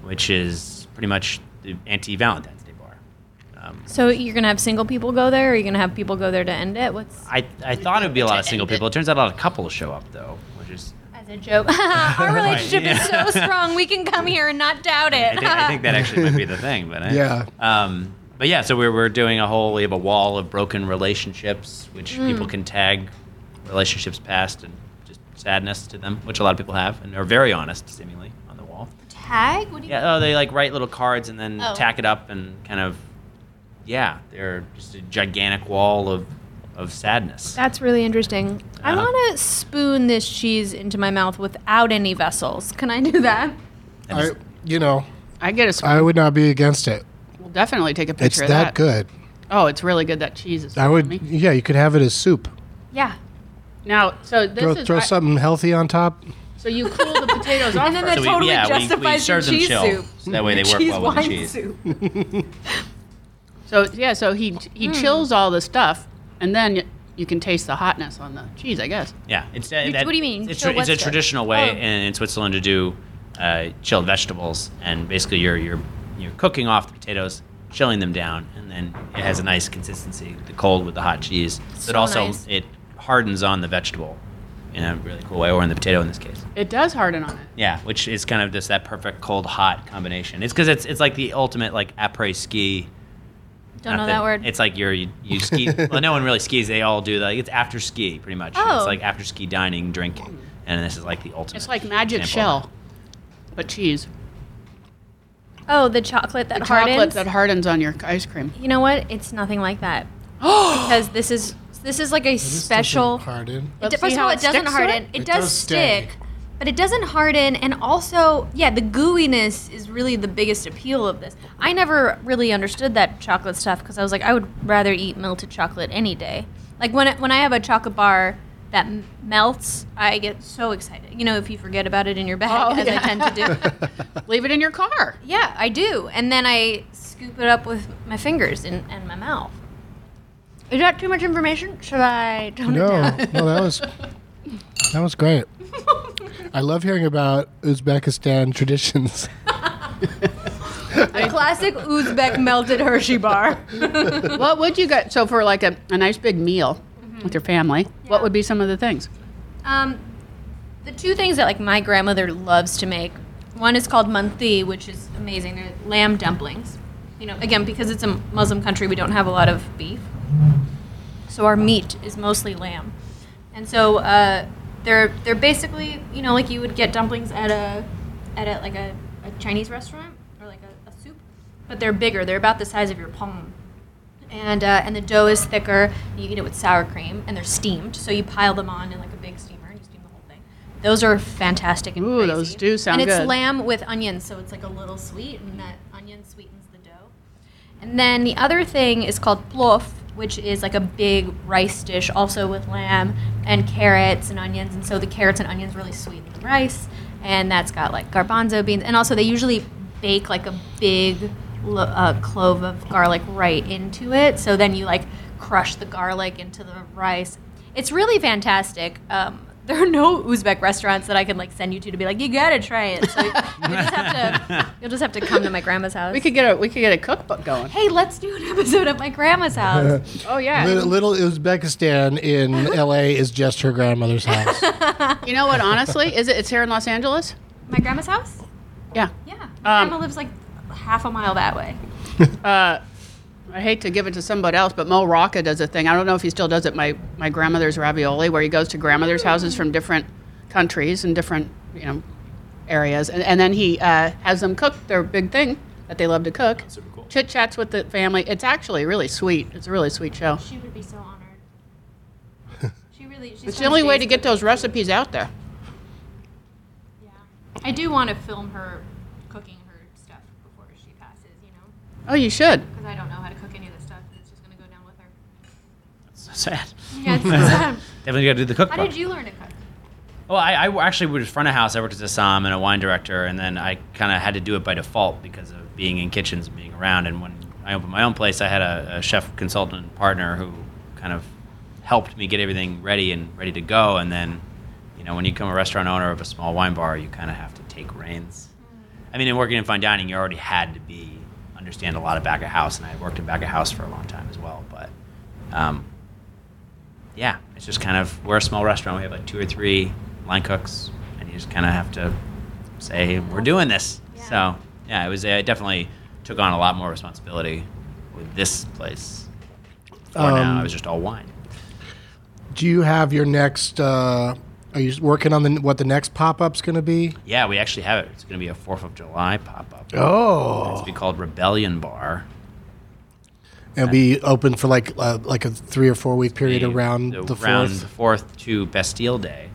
E: which is pretty much the anti Valentine's Day bar.
F: So you're gonna have single people go there, or you're gonna have people go there to end it? What's
E: I, I thought it would be a lot of single
F: end it.
E: people. It turns out a lot of couples show up though, which is
D: As a joke. (laughs) Our relationship is
E: yeah.
D: so strong. We can come here and not doubt
E: I
D: it.
E: think, I think that actually might be the thing. But I,
B: Yeah.
E: Um, but yeah, so we're we're doing a whole we have a wall of broken relationships, which
D: Hmm.
E: people can tag relationships past and just sadness to them, which a lot of people have and are very honest seemingly on the wall.
D: (laughs) Tag? What do you
E: Yeah. Oh, they like write little cards and then
D: Oh.
E: tack it up and kind of yeah, they're just a gigantic wall of of sadness.
F: that's really interesting. I
E: Uh-huh.
F: want to spoon this cheese into my mouth without any vessels. Can I do that?
E: And
B: I,
E: it's-
B: you know,
C: I get a. sp-
B: I would not be against it.
C: we'll definitely take a
B: Uh, It's
C: picture of
B: that,
C: that.
B: good.
C: Oh, it's really good. That cheese is.
B: I would.
C: yummy.
B: Yeah, you could have it as soup.
D: Yeah.
C: Now, so this
B: Throw,
C: is.
B: throw
C: I-
B: something healthy on top.
C: so you cool the
B: (laughs)
C: potatoes off.
D: then
C: first.
D: the- totally justifies
E: serve
D: the
E: them
D: cheese
E: chill,
D: soup.
E: So that
D: (laughs)
E: way they work well with the cheese. (laughs)
C: So yeah, so he he chills all the stuff, and then you can taste the hotness on the cheese, I guess.
E: Yeah, it's uh,
D: You-
E: that-
D: what do you mean?
E: It's,
D: So
E: it's
D: what's
E: a
D: the-
E: traditional way
D: Oh.
E: in, in Switzerland to do uh, chilled vegetables, and basically you're you're you're cooking off the potatoes, chilling them down, and then it has a nice consistency, the cold with the hot cheese. But
D: So
E: also
D: nice.
E: it hardens on the vegetable in a really cool way, or in the potato in this case.
C: It does harden on it.
E: Yeah, which is kind of just that perfect cold hot combination. It's because it's it's like the ultimate like après ski.
D: Don't know
E: Not
D: that word.
E: It's like you're you, you
D: (laughs)
E: ski. well, no one really skis. They all do like it's after ski, pretty much.
D: Oh.
E: It's like after ski dining, drinking, and this is like the ultimate.
C: It's like magic
E: example.
C: shell, but cheese.
D: Oh, the chocolate that
C: The
D: hardens.
C: chocolate that hardens on your ice cream.
D: you know what? It's nothing like
E: (gasps)
D: that because this is this is like a special.
B: Pardon.
D: It,
C: Let's see
D: de- first of
C: how
D: all,
C: it
D: it doesn't
C: sticks to it?
D: harden. It,
B: It
D: does,
B: does stay.
D: stick, but it doesn't harden. And also, yeah, the gooiness is really the biggest appeal of this. I never really understood that chocolate stuff because I was like, I would rather eat melted chocolate any day. Like when I, when I have a chocolate bar that m- melts, I get so excited. You know, if you forget about it in your bag,
C: Oh,
D: as
C: yeah.
D: I tend to
C: (laughs)
D: do.
C: Leave it in your car.
D: yeah, I do, and then I scoop it up with my fingers and, and my mouth. Is that too much information? Should I tone
B: No,
D: it down?
B: no, that was that was great. I love hearing about Uzbekistan traditions.
D: A classic Uzbek melted Hershey bar.
C: what would you get? So for like a, a nice big meal with your family, what would be some of the things?
D: um, the two things that like my grandmother loves to make, one is called manthi, which is amazing. They're lamb dumplings. You know, again because it's a Muslim country, we don't have a lot of beef, so our meat is mostly lamb, and so uh, they're they're basically you know like you would get dumplings at a at a like a, a Chinese restaurant or like a, a soup, but they're bigger. They're about the size of your palm. and uh, and the dough is thicker. You eat it with sour cream, and they're steamed. So you pile them on in like a big steamer, and you steam the whole thing. Those are fantastic and
C: Ooh,
D: crazy.
C: those do sound
D: And it's
C: good.
D: lamb with onions, so it's like a little sweet, and that onion sweetens the dough. And then the other thing is called plof, which is like a big rice dish, also with lamb and carrots and onions. And so the carrots and onions really sweeten the rice, and that's got like garbanzo beans. And also they usually bake like a big lo- uh, clove of garlic right into it. So then you like crush the garlic into the rice. It's really fantastic. Um, (laughs) there are no Uzbek restaurants that I can like send you to to be like, you gotta try it. So you just have to, you'll just have to come to my grandma's house
C: We could get a we could get a cookbook going.
D: hey, let's do an episode at my grandma's house.
C: (laughs) Oh yeah.
B: Little, little Uzbekistan
C: (laughs)
B: in L.A. is just her grandmother's house.
C: You know what? Honestly, is it? It's here in Los Angeles.
D: my grandma's house?
C: Yeah.
D: Yeah. My
C: Um,
D: grandma lives like half a mile that way.
C: Uh, I hate to give it to somebody else, but Mo Rocca does a thing. I don't know if he still does it. My my grandmother's ravioli, where he goes to grandmother's houses from different countries and different you know areas, and, and then he uh, has them cook their big thing that they love to cook.
E: super cool.
C: Chit chats with the family. It's actually really sweet. It's a really sweet show.
D: She would be so honored.
C: (laughs)
D: She really. She's
C: It's the only way to get those recipes out there.
D: Yeah. I do want to film her cooking her stuff before she passes, you know,
C: Oh, you should.
D: because I don't know how to cook any of this stuff. and It's just gonna go down with her. (laughs)
E: So (laughs) sad.
D: Yeah. It's sad.
E: Definitely got to do the cookbook.
D: (laughs) How did you learn to cook?
E: Well, I, I actually was front of house. I worked as a som and a wine director, and then I kind of had to do it by default because of being in kitchens and being around. And when I opened my own place, I had a, a chef consultant partner who kind of helped me get everything ready and ready to go. And then, you know, when you become a restaurant owner of a small wine bar, you kind of have to take reins. I mean, in working in fine dining, you already had to be understand a lot of back of house, and I worked in back of house for a long time as well. But um, yeah, it's just kind of we're a small restaurant. We have like two or three line cooks, and you just kind of have to say we're doing this. So yeah, it was. I definitely took on a lot more responsibility with this place. For now,
B: Um,
E: I was just all wine.
B: Do you have your next? Uh, are you working on the what the next pop up's going to be?
E: Yeah, we actually have it. It's going to be a Fourth of July pop up. It's
B: Oh,
E: be called Rebellion Bar.
B: and be open for like uh, like a three or four week period
E: The-
B: around the
E: around the
B: fourth. Oh.
E: fourth to Bastille Day.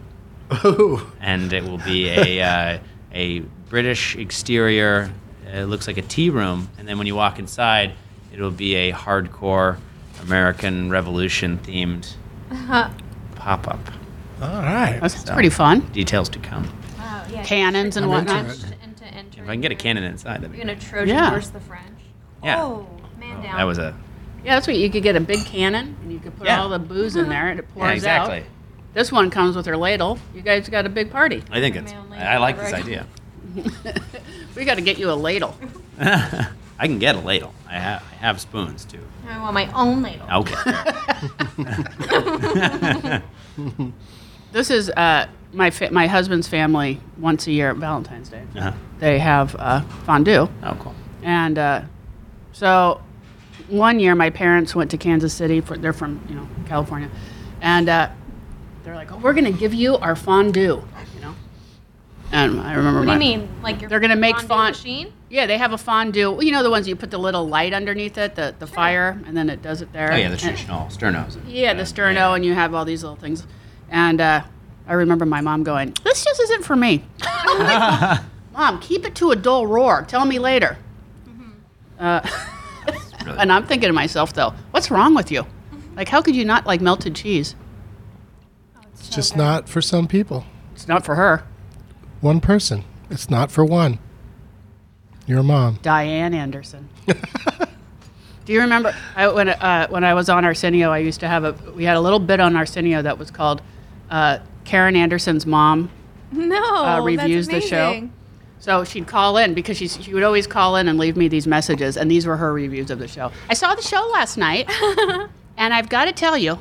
B: Ooh.
E: and it will
B: (laughs)
E: be a uh, a British exterior. uh, It looks like a tea room, and then when you walk inside, it'll be a hardcore American Revolution themed pop up.
B: All right.
C: That's pretty fun.
E: Details to come.
D: Wow. Oh, Yeah.
C: Cannons and
B: I'm into
C: whatnot.
B: it.
D: And to enter.
E: If I can get a cannon inside, that'd be
D: You're gonna
E: great.
D: Trojan
C: Yeah.
D: horse the French.
E: Yeah.
D: Oh, man down.
E: That was a
C: Yeah, that's what you could get a big cannon and you could put
E: Yeah.
C: all the booze in there and it pours
E: Yeah, exactly.
C: out. This one comes with her ladle. You guys got a big party.
E: I think it's.
D: Manly
E: I I like this
D: fabric.
E: idea.
C: We got to get you a ladle.
E: I can get a ladle. I have. I have spoons too.
D: I want my own ladle.
E: Okay.
C: This is uh, my fa- my husband's family once a year at Valentine's Day.
E: Uh-huh.
C: They have uh, fondue,
E: Oh, cool.
C: and uh, so one year my parents went to Kansas City. For, they're from you know California, and uh, they're like, "Oh, we're gonna give you our fondue," you know. And I remember.
D: What do
C: my-
D: you mean? Like your
C: They're gonna make
D: fondue
C: font-
D: machine?
C: Yeah, they have a fondue. You know the ones you put the little light underneath it, the, the fire, and then it does it there.
E: Oh yeah, the
C: And-
E: traditional sternos. and-
C: yeah, the
E: uh,
C: sterno,
E: yeah.
C: and you have all these little things. And uh, I remember my mom going, "This just isn't for me." (laughs) mom, keep it to a dull roar. Tell me later. Uh,
E: really-
C: and I'm thinking to myself, though, what's wrong with you? Like, how could you not like melted cheese?
B: It's just not for some people.
C: It's not for her.
B: One person. It's not for one. Your mom.
C: Diane Anderson. Do you remember I, when uh, when I was on Arsenio? I used to have a we had a little bit on Arsenio that was called uh, Karen Anderson's mom.
F: No.
C: uh, reviews the show. So she'd call in because she's, she would always call in and leave me these messages, and these were her reviews of the show. I saw the show last night, and I've got to tell you,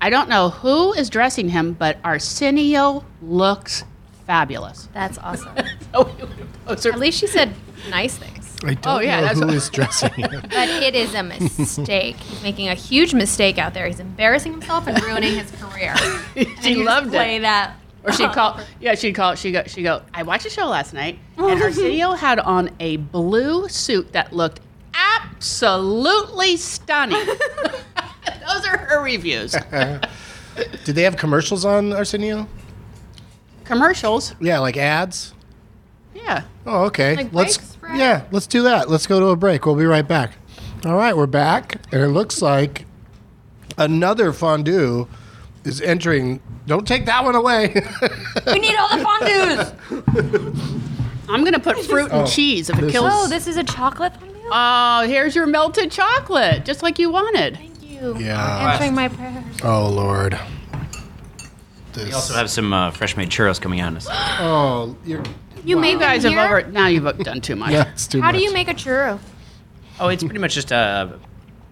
C: I don't know who is dressing him, but Arsenio looks fabulous.
F: That's
D: (laughs)
F: awesome.
C: Oh, we would post her-
D: At least she said nice things.
B: I don't
C: Oh, yeah,
B: know
C: that's
B: who
C: what-
B: is (laughs) dressing you.
D: But it is a mistake. He's making a huge mistake out there. He's embarrassing himself and ruining his
C: (laughs)
D: career.
C: (laughs) she loved
D: play
C: it.
D: that. Oh,
C: Or
D: (laughs)
C: she'd call, yeah, she'd call, she go, she go, I watched the show last night, and Arsenio had on a blue suit that looked absolutely stunning. Those are her reviews.
B: Did they have commercials on Arsenio?
C: Commercials,
B: Yeah, like ads.
C: yeah.
B: Oh, okay.
D: Like
B: let's
D: breaks for
B: yeah, let's do that. Let's go to a break. We'll be right back. All right, we're back, and it looks like another fondue is entering. Don't take that one away. (laughs)
D: We need all the
C: (laughs)
D: fondues.
C: I'm gonna put fruit and
B: Oh,
C: cheese if it
B: this
C: kills.
B: is-
D: Oh, this is a chocolate fondue.
C: Oh, here's your melted chocolate, just like you wanted.
D: Thank you.
B: yeah.
D: Answering my prayers.
B: Oh Lord. This.
E: We also have some uh, fresh made churros coming out. In a second.
B: oh, you're.
D: You made
C: You guys have
D: here?
C: over. Now you've done too much.
B: Yeah, it's too
D: How do
B: much.
D: you make a churro?
E: (gasps) oh, it's pretty much just a.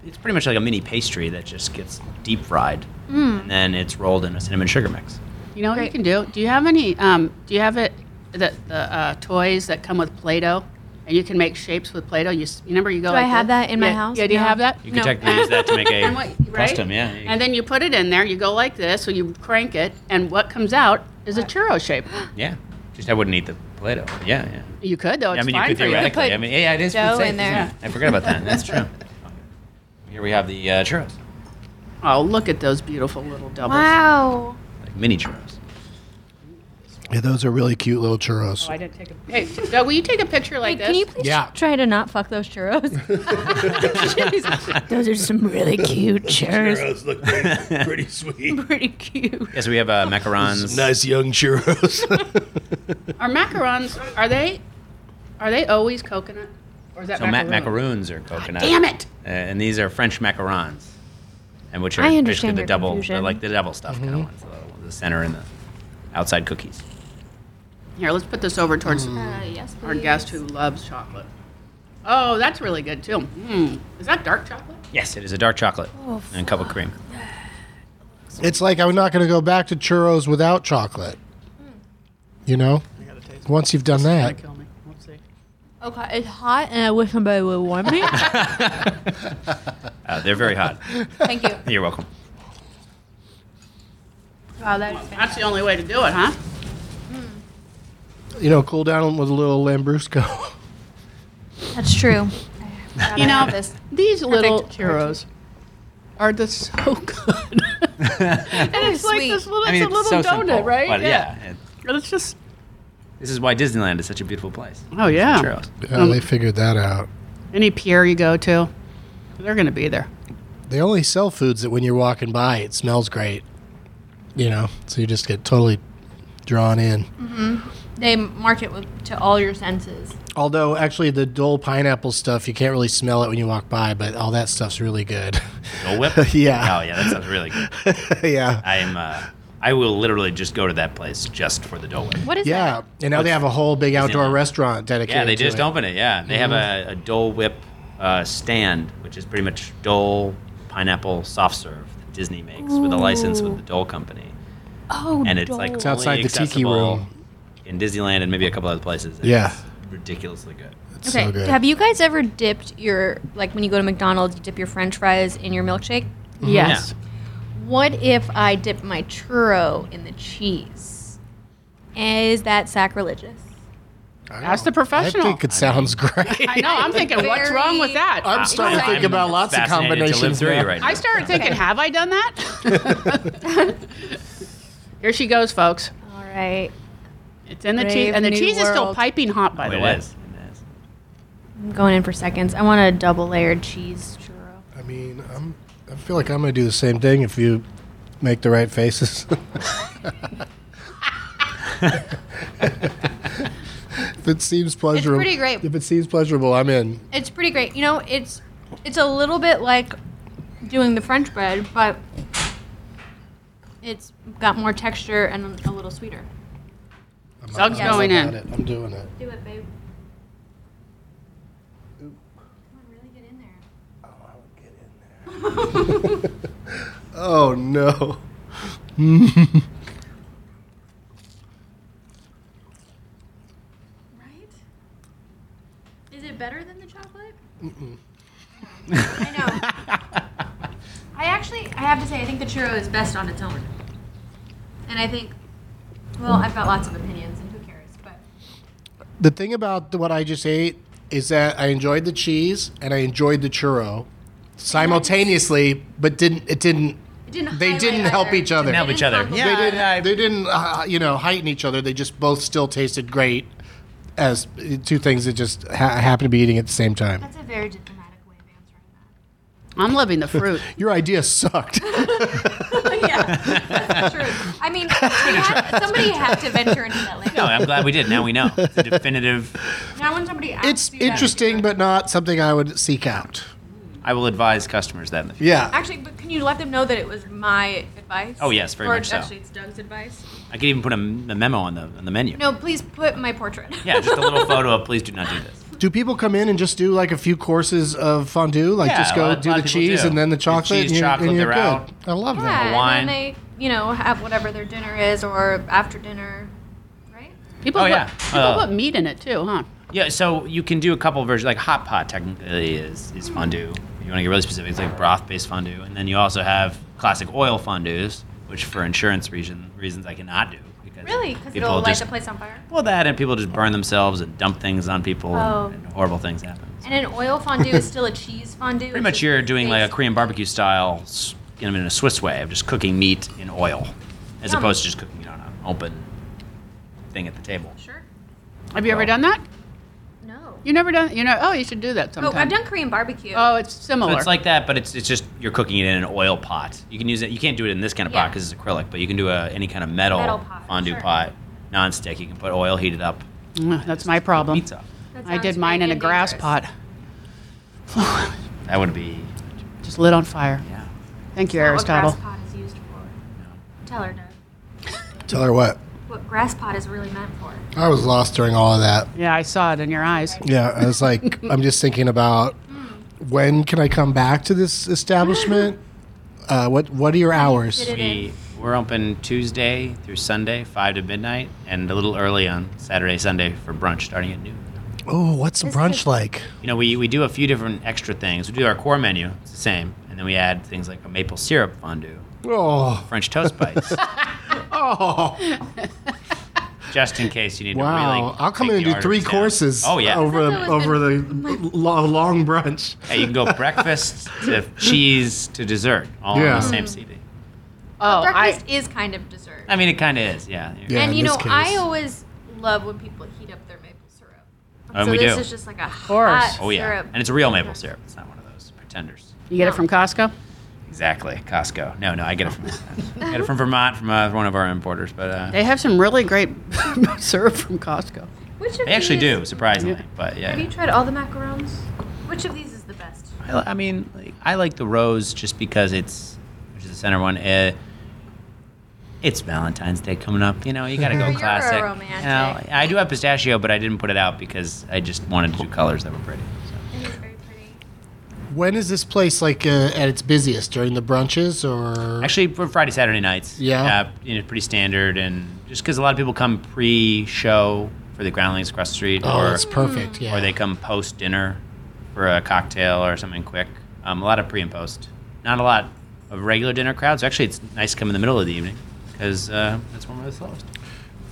E: It's pretty much like a mini pastry that just gets deep fried,
C: Mm.
E: and then it's rolled in a cinnamon sugar mix.
C: You know what you
D: Great.
C: can do? Do you have any? Um, do you have it? The the uh, toys that come with Play-Doh, and you can make shapes with Play-Doh. You s- remember you go.
D: Do
C: like
D: I have
C: this?
D: that in my
C: Yeah.
D: house?
C: Yeah. Do you
D: No.
C: have that?
E: You
D: No.
E: could technically use that
C: (laughs)
E: to make a
C: And what- right?
E: custom. Yeah. You-
C: And then you put it in there. You go like this, or you crank it, and what comes out is a churro shape.
E: yeah. Just I wouldn't eat the Play-Doh. Yeah. Yeah.
C: You could though. Oh, It's
E: I mean, you
C: fine
E: could
C: for you.
E: theoretically. I mean, yeah, it is.
D: dough
E: food safe,
D: in there.
E: isn't it? I forgot about
C: (laughs)
E: that. That's true. Here we have the uh, churros,
C: Oh, look at those beautiful little doubles.
D: Wow.
E: like mini churros.
B: Yeah, those are really cute little churros.
D: Oh,
C: I didn't take a. Hey, Doug, will you take a picture like
D: Wait,
C: this?
D: can you please
B: Yeah.
D: try to not fuck those churros?
F: Those are some really cute chairs.
G: Churros
D: (laughs)
G: look pretty, pretty sweet.
D: Pretty cute.
E: Yes, we have uh, macarons.
G: nice young churros.
C: Are macarons are they are they always coconut or is that
E: So ma-
C: macaroon?
E: macaroons are coconut.
C: Damn it!
E: Uh, and these are French macarons, and which are
F: I
E: basically
F: understand
E: the
F: your
E: double,
F: confusion.
E: they're like the double stuff kind
C: Mm-hmm.
E: of ones, the, little ones, the center and the outside cookies.
C: Here, let's put this over towards
D: (laughs) Uh, yes,
C: our guest who loves chocolate. Oh, that's really good too. Mm. Is that dark chocolate?
E: Yes, it is a dark chocolate and a cup of cream.
B: (laughs) It's like I'm not going to go back to churros without chocolate.
D: Mm.
B: You know, once you've done
C: Gonna
B: that,
C: kill me. Let's see.
D: Okay, it's hot and I wish somebody would warm me.
E: Uh, they're very
F: (laughs)
E: hot.
D: (laughs) Thank you.
E: You're welcome.
D: Wow, that is fantastic.
C: That's the only way to do it, huh?
B: you know, cool down with a little Lambrusco.
D: That's true.
C: You know,
D: this.
C: these little
D: Perfect.
C: churros are the so (laughs) good. and it's like
D: sweet.
C: this little, it's
E: I mean,
C: a
E: it's
C: little
E: so
C: donut,
E: simple,
C: right?
E: (laughs) But yeah. it-
C: And it's just.
E: this is why Disneyland is such a beautiful place.
C: Oh yeah.
E: Churros.
B: (laughs) Yeah, they figured that out.
C: Any Pierre you go to, they're gonna be there.
B: They only sell foods that when you're walking by, it smells great. You know, so you just get totally drawn in.
D: They market with, to all your senses.
B: Although, actually, the Dole pineapple stuff, you can't really smell it when you walk by, but all that stuff's really good.
E: Dole Whip?
C: (laughs)
B: Yeah.
E: Oh, yeah, that sounds really good.
B: (laughs) yeah.
E: I am. Uh, I will literally just go to that place just for the Dole Whip.
D: What is
B: yeah.
D: that?
B: And now they have a whole big outdoor
E: Disneyland.
B: restaurant dedicated
E: Yeah, they
B: to
E: just
B: it.
E: opened it. Yeah, they have a, a Dole Whip uh, stand, which is pretty much Dole pineapple soft serve that Disney makes with a license with the Dole company,
D: Oh,
E: and it's like
D: Dole.
B: It's outside
E: only
B: the tiki
E: accessible
B: room.
E: in Disneyland and maybe a couple other places. and
B: Yeah.
E: it's ridiculously good.
B: It's
D: Okay.
B: so good.
D: Have you guys ever dipped your like when you go to McDonald's, you dip your French fries in your milkshake?
C: Mm-hmm. Yes.
D: What if I dip my churro in the cheese? Is that sacrilegious?
B: I don't
C: Ask the
B: know.
C: professional.
B: I think it sounds
E: (laughs)
B: great.
C: I know. I'm thinking, what's wrong with that?
B: I'm starting to
E: I'm
B: think about lots of
E: fascinated
B: combinations.
E: To live through
B: now.
E: you right now.
C: I started thinking, have I done that?
B: (laughs)
C: (laughs) Here she goes, folks.
D: All right.
C: It's in the
D: Brave
C: cheese, and the
D: new
C: cheese is still
D: world.
C: piping hot, by
E: Oh,
C: the
E: it
C: way.
E: is. It is.
D: I'm going in for seconds. I want a double layered cheese churro.
B: I mean, I'm, I feel like I'm going to do the same thing if you make the right faces. (laughs) if it seems pleasurable,
D: pretty great.
B: If it seems pleasurable, I'm in.
D: It's pretty great. You know, it's it's a little bit like doing the French bread, but it's got more texture and a little sweeter.
B: I'm
C: Doug's
B: I'm all
C: going
B: about
C: in.
B: It. I'm doing it. (laughs)
D: Do it, babe.
B: Oh no!
D: Is it better than the chocolate? Mm-mm. I know. I actually, I have to say, I think the churro is best on its own. And I think, well, I've got lots of opinions, and who cares? But
B: The thing about what I just ate is that I enjoyed the cheese and I enjoyed the churro simultaneously, but didn't it didn't
D: it didn't.
B: They
D: highlight
B: didn't help
D: either.
B: each other.
D: It
E: Help
D: didn't
E: each other.
D: complement.
B: they
E: Yeah,
B: didn't.
E: I-
B: they didn't. Uh, you know, heighten each other. They just both still tasted great as uh, two things that just ha- happen to be eating at the same time.
D: That's a very diplomatic way of answering
C: I'm loving the fruit.
E: (laughs)
B: Your idea sucked. (laughs)
D: that. yeah, that's the truth. I mean, we
E: (laughs)
D: had- somebody had to venture into that language.
E: No, I'm glad we did. Now we know. It's a definitive.
D: Now, when somebody asks
B: it's
D: you that-
B: interesting, but not something I would seek out.
E: I will advise customers that in the future.
B: Yeah.
D: Actually, but can you let them know that it was my advice?
E: Oh, yes, very
D: or
E: much so.
D: Actually, it's Doug's advice.
E: I could even put a, a memo on the on the menu.
D: No, please put my portrait. (laughs)
E: Yeah, just a little photo of please do not do this.
B: Do people come in and just do like a few courses of fondue? Like
E: Yeah,
B: just
E: a
B: go
E: lot-
B: do
E: lot
B: the
E: of people
B: cheese
E: do.
B: and then the
E: The
B: chocolate?
E: cheese,
B: and you're,
E: chocolate,
B: and you're
E: they're
B: good.
E: out.
B: I love
D: Yeah,
B: that.
D: and
E: Hawaiian.
D: then they, you know, have whatever their dinner is or after dinner, right?
C: People,
E: Oh,
C: put,
E: yeah.
C: people
E: Uh,
C: put meat in it too, huh?
E: Yeah, so you can do a couple versions. Like hot pot technically is is fondue. If you want to get really specific, it's like broth based fondue, and then you also have classic oil fondues, which for insurance reason reasons I cannot do because
D: Really? Because
E: people
D: it'll light
E: just
D: the place on fire.
E: well that and people just burn themselves and dump things on people
D: Oh.
E: and, and horrible things happen. So
D: And an oil fondue is still a cheese fondue.
E: pretty much you're doing like a
D: cream.
E: Korean barbecue style, s- you know, in a Swiss way of just cooking meat in oil, as
D: Yum.
E: opposed to just cooking it on an open thing at the table.
D: Sure.
C: Have you ever
E: Well.
C: done that?
D: No.
C: You never done? You know? Oh, you should do that
D: Oh,
C: sometime.
D: I've done Korean barbecue.
C: Oh, it's similar.
E: So it's like that, but it's it's just you're cooking it in an oil pot. You can use it. You can't do it in this kind of pot
D: Yeah.
E: because it's acrylic, but you can do a, any kind of metal,
D: Metal pot,
E: fondue
D: sure.
E: pot, nonstick. You can put oil, heat it up.
C: Mm, That's my problem.
E: Pizza.
D: That
C: I did
D: sounds
C: mine in
D: pretty
C: a grass
D: dangerous.
C: pot.
E: That would be
C: Just lit on fire.
E: yeah.
C: Thank you,
D: That's not
C: Aristotle.
D: What grass pot is used for. Tell her, Doug,
B: Tell her what.
D: what grass pot is really meant for.
B: I was lost during all of that.
C: Yeah, I saw it in your eyes.
B: Yeah, I was like, I'm just thinking about when can I come back to this establishment? Uh, what What are your hours?
D: Did it
E: We we're open Tuesday through Sunday, five to midnight, and a little early on Saturday, Sunday for brunch, starting at noon.
B: Oh, what's brunch like?
E: You know, we, we do a few different extra things. We do our core menu, it's the same, and then we add things like a maple syrup fondue,
B: Oh,
E: French
D: (laughs)
E: toast bites,
B: oh,
E: just in case you need to
B: wow!
E: really.
B: I'll come
E: take
B: in and
E: the
B: do three
E: arteries down.
B: courses.
E: Oh yeah,
B: over
D: That's always
B: over the lo- long brunch.
E: Yeah, you can go
B: (laughs)
E: breakfast to cheese to dessert, all in
B: Yeah.
E: the same CD.
C: Oh, I,
D: Breakfast is kind of dessert.
E: I mean, it kind of is, yeah.
B: Yeah,
D: and
B: in
D: you
B: this
D: know, I
B: case.
D: always love when people heat up their maple syrup.
E: And
D: so
E: we
D: this
E: do.
D: is just like a
C: course.
D: hot
E: Oh yeah,
D: syrup. Mm-hmm.
E: and it's real maple syrup. It's not one of those pretenders.
C: you get it from Costco?
E: Exactly, Costco. No, no, I get it from (laughs) I get it from Vermont from uh, one of our importers, but uh, they,
C: They have some really great (laughs) syrup from Costco.
D: Which of
E: actually
D: these-
E: do surprisingly. But yeah,
D: Have you tried all the macarons? Which of these is the best?
E: I, li- I mean, like, I like the rose just because it's, which is the center one. Uh, it's Valentine's Day coming up. You know, you gotta go
D: You're a
E: classic. You
D: romantic.
E: know, I do have pistachio, but I didn't put it out because I just wanted to do colors that were pretty. So.
D: It is very pretty.
B: When is this place like uh, at its busiest? During the brunches or?
E: Actually, for Friday, Saturday nights.
B: Yeah.
E: Uh, you know, pretty standard, and just because a lot of people come pre-show for the groundlings across the street,
B: oh,
E: or
B: it's perfect. Yeah.
E: or they come post dinner for a cocktail or something quick. Um, a lot of pre and post. Not a lot of regular dinner crowds. Actually, it's nice to come in the middle of the evening because uh, that's when we're the slowest.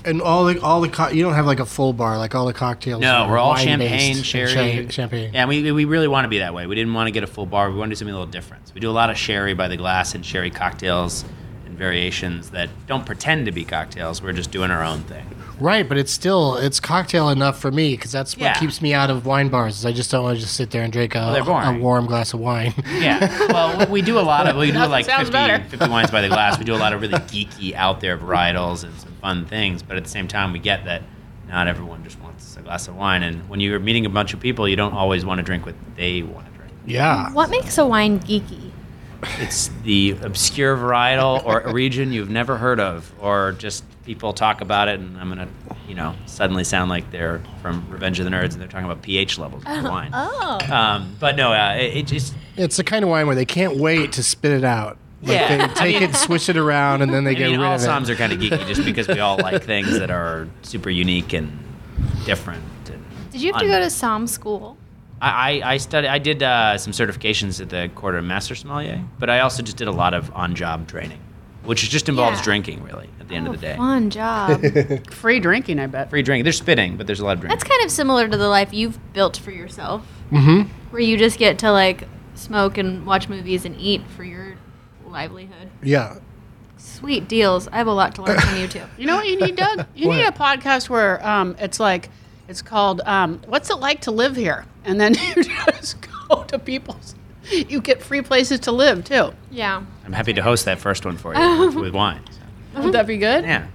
B: and all the all the co- you don't have like a full bar like all the cocktails.
E: No,
B: are
E: we're all
B: wine-based
E: champagne,
B: and
E: sherry,
B: cha- champagne.
E: Yeah, we, we really want to be that way. We didn't want to get a full bar. We want to do something a little different. So we do a lot of sherry by the glass and sherry cocktails and variations that don't pretend to be cocktails. We're just doing our own thing.
B: Right, but it's still it's cocktail enough for me because that's what
E: Yeah.
B: keeps me out of wine bars. Is I just don't want to just sit there and drink a,
E: they're
B: a
E: boring.
B: warm glass of wine. (laughs)
E: Yeah. Well, we do a lot of we do
C: Nothing
E: like
C: sounds
E: 50,
C: better.
E: 50 wines by the glass. We do a lot (laughs) of really geeky out there varietals and some fun things. But at the same time, we get that not everyone just wants a glass of wine. And when you're meeting a bunch of people, you don't always want to drink what they want to drink.
B: yeah,
F: What makes a wine geeky?
E: It's the obscure varietal
B: (laughs)
E: or a region you've never heard of, or just people talk about it, and I'm gonna, you know, suddenly sound like they're from Revenge of the Nerds and they're talking about pH levels of wine.
F: Oh.
E: Um, but no, uh, it, it just
B: it's the kind of wine where they can't wait to spit it out. Like
E: Yeah.
B: they take it, switch it around, and then they
E: I
B: get
E: mean,
B: rid
E: all
B: of it.
E: Psalms are kind of
B: (laughs)
E: geeky just because we all like things that are super unique and different. And
F: Did you have to go to Psalm school?
E: I, I, I studied. I did uh, some certifications at the Court of Master Sommelier, but I also just did a lot of on-job training, which just involves
F: Yeah. Oh,
E: drinking, really, at the end of the day.
F: Fun job.
C: Free drinking, I bet.
E: Free drink. There's spitting, but there's a lot of
D: That's
E: drinking.
D: kind of similar to the life you've built for yourself,
B: Mm-hmm.
D: where you just get to like smoke and watch movies and eat for your livelihood.
B: yeah,
D: Sweet deals. I have a lot to learn from you too.
C: You know what you need, Doug? You need a podcast where um, it's like, it's called um, "What's It Like to Live Here," and then (laughs) you just go to people's. You get free places to live too.
D: (laughs) Yeah.
E: I'm happy to host that first one for you with-
D: (laughs)
E: with wine. so.
C: Would that be good?
E: Yeah.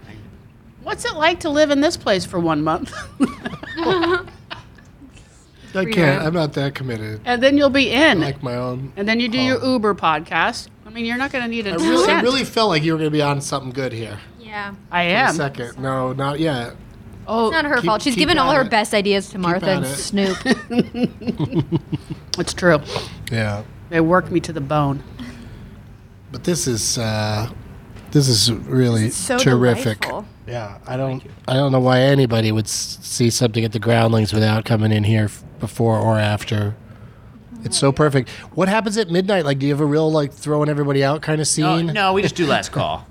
C: What's it like to live in this place for one month? (laughs)
B: I can't. I'm not that committed.
C: and then you'll be in.
B: I like Oh my own.
C: and then you do your Uber podcast. I mean, you're not going to need a
B: I really, I
C: cent.
B: really felt like you were going to be on something good here.
D: Yeah.
C: I
B: A
C: am.
B: second, no, not yet.
C: Oh,
D: It's not her
B: Keep-
D: fault. She's
B: keep
D: given all
B: at
D: her
B: it.
D: best ideas to Martha
B: at
D: and
B: it. (laughs)
D: Snoop.
C: it's true.
B: Yeah,
C: They work me to the bone.
B: but this is uh, this is really terrific.
D: delightful.
B: Yeah, I don't. I don't know why anybody would s- see something at the Groundlings without coming in here f- before or after. It's so perfect. What happens at midnight? Like, do you have a real like throwing everybody out kind of
E: No,
B: scene?
E: no, we just do
B: (laughs)
E: last call.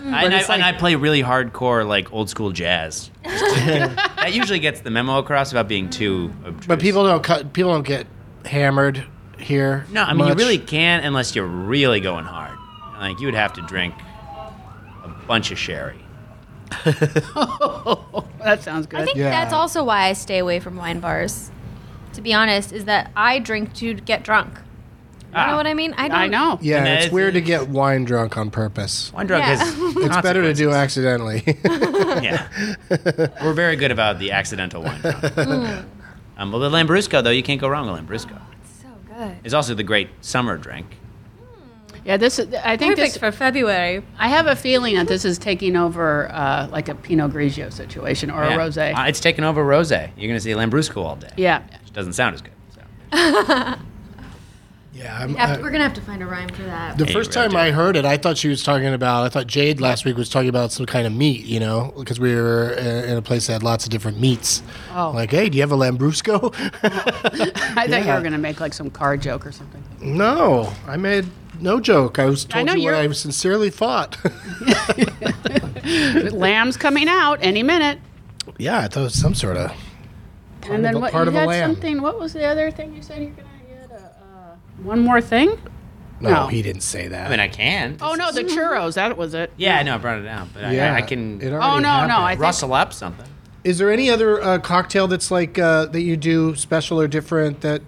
B: Mm.
E: and, I, and I play really hardcore, like old
B: (laughs)
E: school jazz. that usually gets the memo across about being too. Obtruse.
B: But people don't cut. People don't get hammered here.
E: No, I mean you
B: much.
E: really can't unless you're really going hard. Like you would have to drink a bunch of sherry.
C: That sounds good.
D: I think
B: Yeah.
D: that's also why I stay away from wine bars. To be honest, is that I drink to get drunk. You
E: Ah.
D: know what I mean? I don't.
C: I know.
B: Yeah,
E: And that
B: it's
E: is-
B: weird to get wine drunk on purpose.
E: One drug
D: Yeah.
E: has.
B: (laughs) It's better to do accidentally. (laughs)
E: Yeah, we're very good about the
B: (laughs)
E: accidental wine. drunk. um, well, the Lambrusco though, you can't go wrong with Lambrusco.
D: So good.
E: It's also the great summer drink.
C: Yeah, this. Is, I think
D: Perfect
C: this.
D: for February.
C: I have a feeling that this is taking over uh, like a Pinot Grigio situation or
E: Yeah.
C: a rosé.
E: Uh, it's taken over rosé. You're gonna see Lambrusco all day.
C: yeah.
E: which doesn't sound as good. So.
B: yeah, I'm,
D: Have- we're gonna have to find a rhyme for that.
B: The
E: Yeah,
B: first
E: you really
B: time
E: do.
B: I heard it, I thought she was talking about. I thought Jade last week was talking about some kind of meat, you know, because we were in a place that had lots of different meats.
C: Oh.
B: Like, hey, do you have a lambrusco? (laughs)
C: I thought you
B: Yeah.
C: were gonna make like some car joke or something.
B: no, I made no joke. I was
C: I
B: told
C: know
B: you what
C: you're-
B: I sincerely thought. (laughs)
C: Lamb's coming out any minute.
B: yeah, I thought it was some sort of.
C: and
B: of
C: then
B: a-
C: what?
B: part
C: you
B: of a
C: had
B: lamb.
C: something. What was the other thing you said? You're gonna get a, uh, one more thing.
B: No,
C: No.
B: he didn't say that.
E: I mean, I can.
C: Oh no, the churros. That was it.
E: Yeah, no, I brought it down, but
B: yeah,
E: I, I can
B: It
C: Oh
B: already
C: no, no. I
B: happened.
C: think
E: rustle up something.
B: Is there any other uh, cocktail that's like uh, that you do special or different that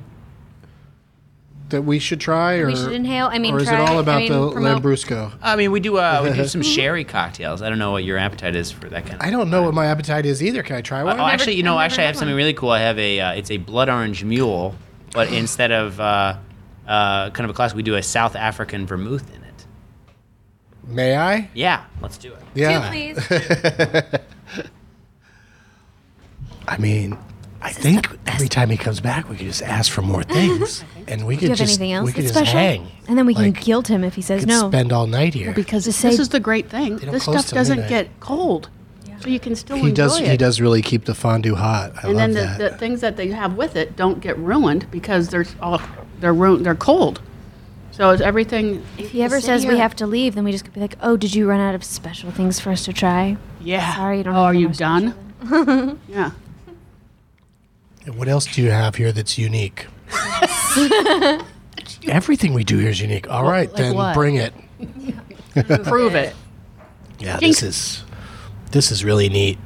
B: that we should try, or
F: should inhale? I mean,
B: or is
F: try-
B: it all
F: I
B: about
F: mean,
B: the
F: promote-
B: Lambrusco?
E: I mean, we do uh, we do some sherry cocktails. I don't know what your appetite is for that kind of.
B: I don't know what my appetite is either. Can I try one?
E: Oh, actually, you know,
F: I've never
E: actually, I
F: had
E: have something
F: one.
E: really cool. I have a uh, it's a blood orange mule, but instead of uh, uh, kind of a classic, we do a South African vermouth in it.
B: May I?
E: Yeah, let's do it.
B: Yeah. (laughs)
F: please.
B: I mean, I think every time he comes back, we could just ask for
C: (laughs)
B: more things, and we could
F: Do you have
B: just
F: anything else
B: we could
F: that's
B: just
F: special?
B: hang.
F: And then we can
B: Like,
F: guilt him if he says
B: could
F: no.
B: spend all night here.
C: Because this
F: say-
C: is the great thing.
B: don't
C: This
B: close
C: stuff
B: till
C: doesn't
B: midnight.
C: get cold, so you can still
B: he
C: enjoy
B: does
C: it.
B: he does really keep the fondue hot. I love
C: And then the,
B: that.
C: the things that they have with it don't get ruined because they're all they're ruined, they're cold. So it's everything.
F: if he ever says we have to leave, then we just could be like, "Oh, did you run out of special things for us to try?"
C: yeah.
F: Sorry, you don't
C: Oh, are
F: have
C: you
F: enough special
C: done? (laughs) yeah.
B: And what else do you have here that's
C: (laughs)
B: unique? Everything we do here is unique. All right,
C: like
B: then
C: what?
B: bring it.
C: Prove it.
B: Yeah, this is this is really neat.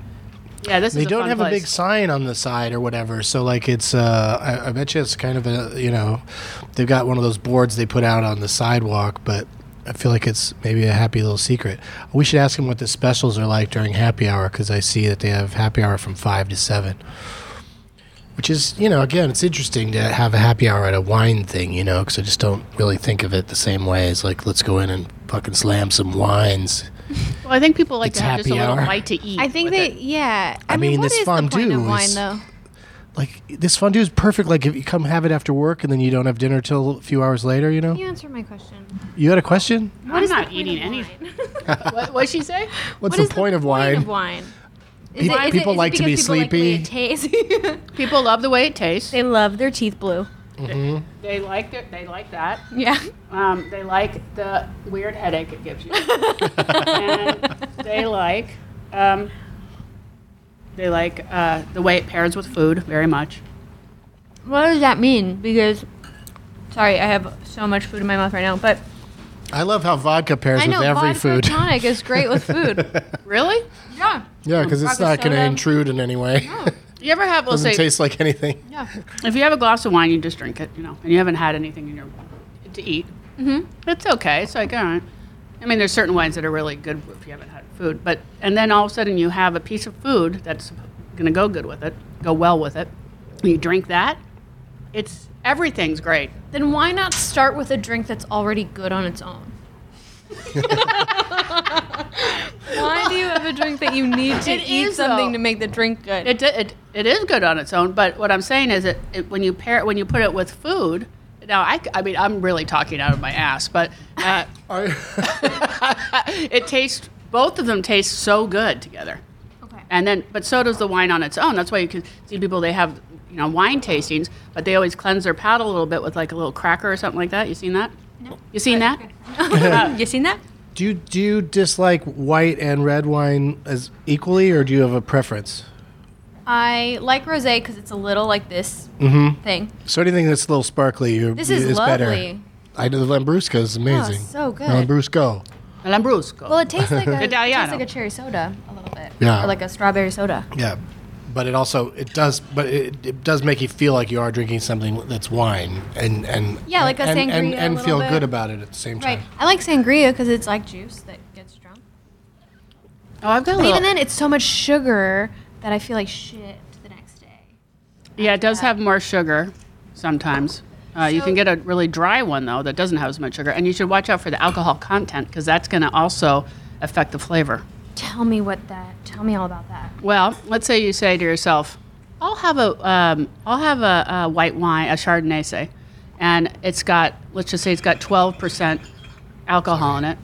C: Yeah, this
B: They
C: is.
B: don't
C: fun
B: have a
C: place.
B: big sign on the side or whatever, so like it's uh, I, I bet you it's kind of a you know, they've got one of those boards they put out on the sidewalk, but I feel like it's maybe a happy little secret. We should ask them what the specials are like during happy hour because I see that they have happy hour from five to seven. Which is, you know, again, it's interesting to have a happy hour at a wine thing, you know, because I just don't really think of it the same way as like, let's go in and fucking slam some wines.
C: Well, I think people like
B: It's
C: to have just a
B: happy
C: little
B: hour.
C: bite to eat.
D: I think
C: with
D: they,
C: it.
D: yeah. I,
B: I
D: mean,
B: mean,
D: what
B: this
D: is the point
B: fondue
D: of wine,
B: is-
D: though?
B: like this fondue is perfect. Like if you come have it after work and then you don't have dinner till a few hours later, you know.
F: You answer my question.
B: You had a question?
C: I'm not eating anything.
B: (laughs)
C: what what'd she say?
B: What's
F: What is
B: the point of wine?
F: Of wine.
B: Pe- people like to
F: because
B: be
F: people like the way it tastes?
D: (laughs)
C: People love the way it tastes. They,
D: They love their teeth blue.
C: they like their, they like that.
D: Yeah.
C: Um, they like the weird headache it (laughs) gives you. and they like um, they like uh, the way it pairs with food very much.
D: What does that mean? Because, sorry, I have so much food in my mouth right now, but
B: I love how vodka pairs
D: I know
B: with every
D: vodka
B: food.
D: tonic is great with food.
C: Really?
D: yeah.
B: (laughs) yeah, because it's
D: Vodka
B: not going to
D: soda.
B: intrude in any
D: (laughs)
B: way.
C: You ever have? Let's
B: Doesn't
C: say
B: taste like anything.
D: Yeah.
C: if you have a glass of wine, you just drink it, you know, and you haven't had anything in your to eat. Mm-hmm. It's okay. It's like all right. I mean, there's certain wines that are really good if you haven't had food, but and then all of a sudden you have a piece of food that's going to go good with it, go well with it. And you drink that. It's everything's great.
D: Then why not start with a drink that's already good on its own? (laughs) why do you have a drink that you need to
C: It
D: eat
C: is,
D: something
C: though.
D: to make the drink good?
C: It, it, it is good on its own, but what I'm saying is that it, when you pair it, when you put it with food, now I, c- I mean I'm really talking out of my ass, but uh, (laughs) it tastes both of them taste so good together.
D: okay.
C: And then, but so does the wine on its own. That's why you can see people they have you know wine tastings, but they always cleanse their palate a little bit with like a little cracker or something like that. You seen that? No. You seen that?
D: you seen that?
B: do you do you dislike white and red wine as equally, or do you have a preference?
D: I like rosé because it's a little like this thing.
B: So anything that's a little sparkly, you,
D: This is
B: better.
D: lovely. Oh,
B: I know the Lambrusco is amazing.
D: so good.
B: Lambrusco.
C: Lambrusco.
D: Well, it tastes like a, it tastes
C: Italiano.
D: like a cherry soda a little bit.
B: Yeah.
D: Or like a strawberry soda.
B: Yeah, but it also it does, but it, it does make you feel like you are drinking something that's wine, and and
D: Yeah, like a
B: and, and,
D: sangria
B: and,
D: a
B: and
D: little
B: feel
D: bit.
B: good about it at the same time.
D: Right. I like sangria because it's like juice that gets drunk.
C: oh, I've got a
D: But
C: little.
D: even then, it's so much sugar that I feel like shit the next day.
C: yeah, it does have more sugar sometimes. Uh, you can get a really dry one though that doesn't have as much sugar, and you should watch out for the alcohol content because that's going to also affect the flavor.
D: Tell me what that. Tell me all about that.
C: Well, let's say you say to yourself, "I'll have a, um, I'll have a, a white wine, a Chardonnay, say, and it's got, let's just say it's got 12% alcohol in it.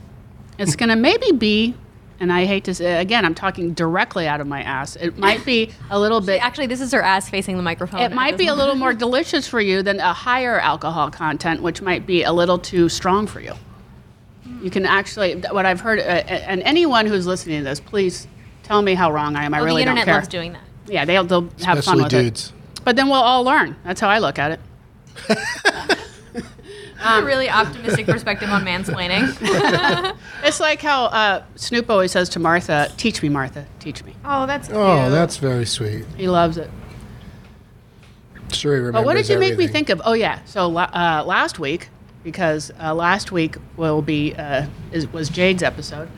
C: It's gonna maybe be, and I hate to say again, I'm talking directly out of my ass. It might be a little bit,
D: Actually, this is her ass facing the microphone.
C: it might be a
D: doesn't-
C: little more delicious for you than a higher alcohol content, which might be a little too strong for you. You can actually, what I've heard, uh, and anyone who's listening to this, please tell me how wrong I am. I
D: Oh,
C: really
D: the internet
C: don't care.
D: loves doing that.
C: Yeah, they'll they'll have
B: Especially
C: fun with
B: dudes.
C: it. But then we'll all learn. That's how I look at it.
D: a really (laughs) optimistic perspective on (laughs) mansplaining.
C: It's like how uh, Snoop always says to Martha, "Teach me, Martha, teach me."
D: Oh, that's
B: Oh, that's very sweet.
C: He loves it.
B: sure he remembers.
C: But what did you make me
B: everything.
C: think of? Oh yeah, so la- uh, last week because uh, last week will be uh, is, was Jade's episode,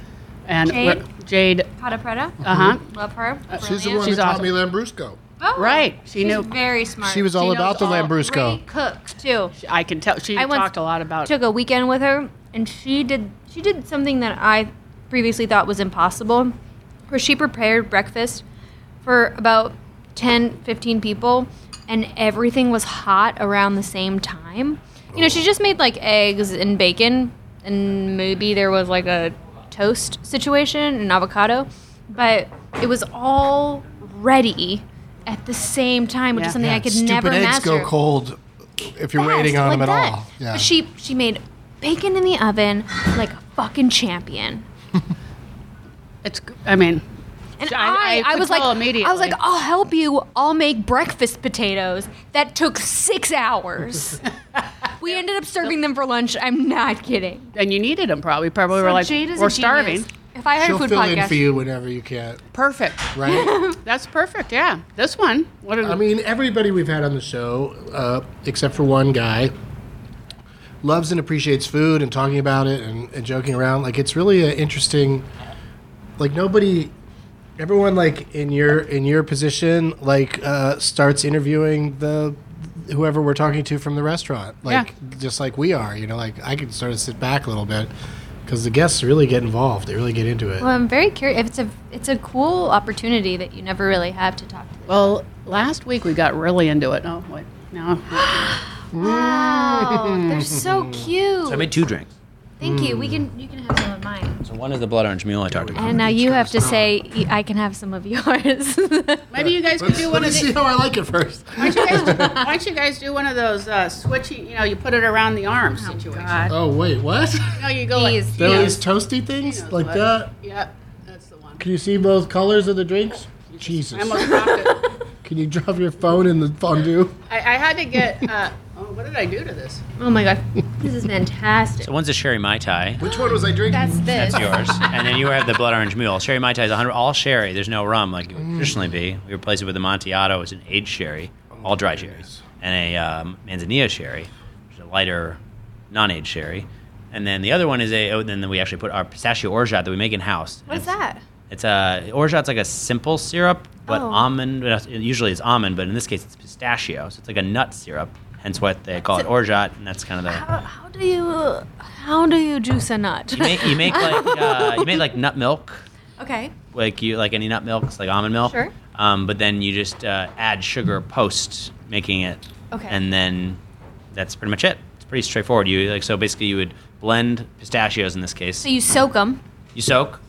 C: and
H: Jade?
C: we're- Jade,
H: Pata Preta.
C: uh huh,
H: Love her.
B: She's the
H: Brilliant.
B: one
C: She's
B: who taught
C: awesome.
B: me Lambrusco.
H: Oh,
C: Right, she
H: she's
C: knew-
H: Very smart.
B: She was all
H: knows
B: about the Lambrusco.
H: Great cook too.
C: I can tell she
H: I once
C: talked a lot about.
H: took a weekend with her
D: and she did she did something that I previously thought was impossible, where she prepared breakfast for about 10, 15 people, and everything was hot around the same time. You know,
I: Oh.
D: she just made like eggs and bacon, and maybe there was like a toast situation and avocado, but it was all ready at the same time, which
C: Yeah.
D: is something I could
I: Stupid
D: never
I: eggs
D: master
I: go cold if you're waiting
D: best,
I: on
D: like
I: them at
D: that.
I: all. Yeah.
D: But she she made bacon in the oven like a fucking champion.
C: It's. g- I mean,
D: And
C: I-
D: I,
C: I
D: I,
C: could
D: was like,
C: tell
D: I was like,
C: immediately.
D: I'll help you. I'll make breakfast potatoes. That took
C: (laughs)
D: six hours. we ended up serving them for lunch. I'm not kidding.
C: and you needed them probably. Probably were like
H: Jade is
C: we're
H: a
C: starving.
H: genius.
D: If I had
B: She'll
D: a food
B: fill in
D: podcast,
B: for you whenever you can.
C: Perfect.
D: (laughs)
B: Right?
C: That's perfect. Yeah. This one. What are
B: I mean, everybody we've had on the show, uh, except for one guy, loves and appreciates food and talking about it and, and joking around. Like, it's really an interesting. Like nobody, everyone like in your in your position like uh, starts interviewing the whoever we're talking to from the restaurant. Like just like we are, you know. Like I can sort of sit back a little bit because the guests really get involved. They really get into it.
D: well, I'm very curious. If it's a it's a cool opportunity that you never really have to talk to. Them.
C: well, last week we got really into it. Oh wait, no.
D: Wow, they're so cute.
E: So I made two drinks.
D: Thank you. We can you can have some of mine.
E: So one is the blood orange mule I talked about.
D: And now you have to say y- I can have some of yours. (laughs)
C: Maybe you guys could
B: (laughs)
C: do
B: Let
C: one
B: me
C: of
B: see
C: the.
B: how I like it first.
C: Why don't, you guys, why don't you guys do one of those uh, switching? You know, you put it around the arm situation.
B: Oh wait, what? (laughs)
C: No, you go like.
D: Please.
B: Those toasty things like
C: what-
B: that.
C: Yep, that's the
B: (laughs)
C: one.
B: Can you see both colors of the drinks? Jesus.
C: I almost dropped it.
B: Can you drop your phone in the fondue?
C: I, I had to get. Uh, oh, what did I do to this?
D: Oh my god, this is fantastic.
E: So one's a sherry mai tai.
B: Which one was I drinking?
D: That's this.
E: That's yours.
D: (laughs)
E: And then you have the blood orange mule. Sherry mai tai is 100 all sherry. There's no rum like it
D: Mm.
E: would traditionally be. We replace it with a Montiato. It's an aged sherry,
D: Oh,
E: all dry sherry, and a um, Manzanilla sherry, which is a lighter, non-aged sherry. And then the other one is a. Oh, then we actually put our pistachio orgeat that we make in house.
D: What's that?
E: It's a orgeat's like a simple syrup, but
D: Oh.
E: almond. well, Usually it's almond, but in this case it's pistachio. So it's like a nut syrup. Hence what they call it orgeat, and that's kind of the.
D: How, how do you how do you juice a nut?
E: You make you make
D: (laughs)
E: like uh, you make like nut milk,
D: okay.
E: like you like any nut milks, like almond milk.
D: Sure.
E: Um, but then you just uh, add sugar post making it.
D: Okay.
E: And then that's pretty much it. It's pretty straightforward. You like so basically you would blend pistachios in this case.
D: So you soak them.
E: You soak.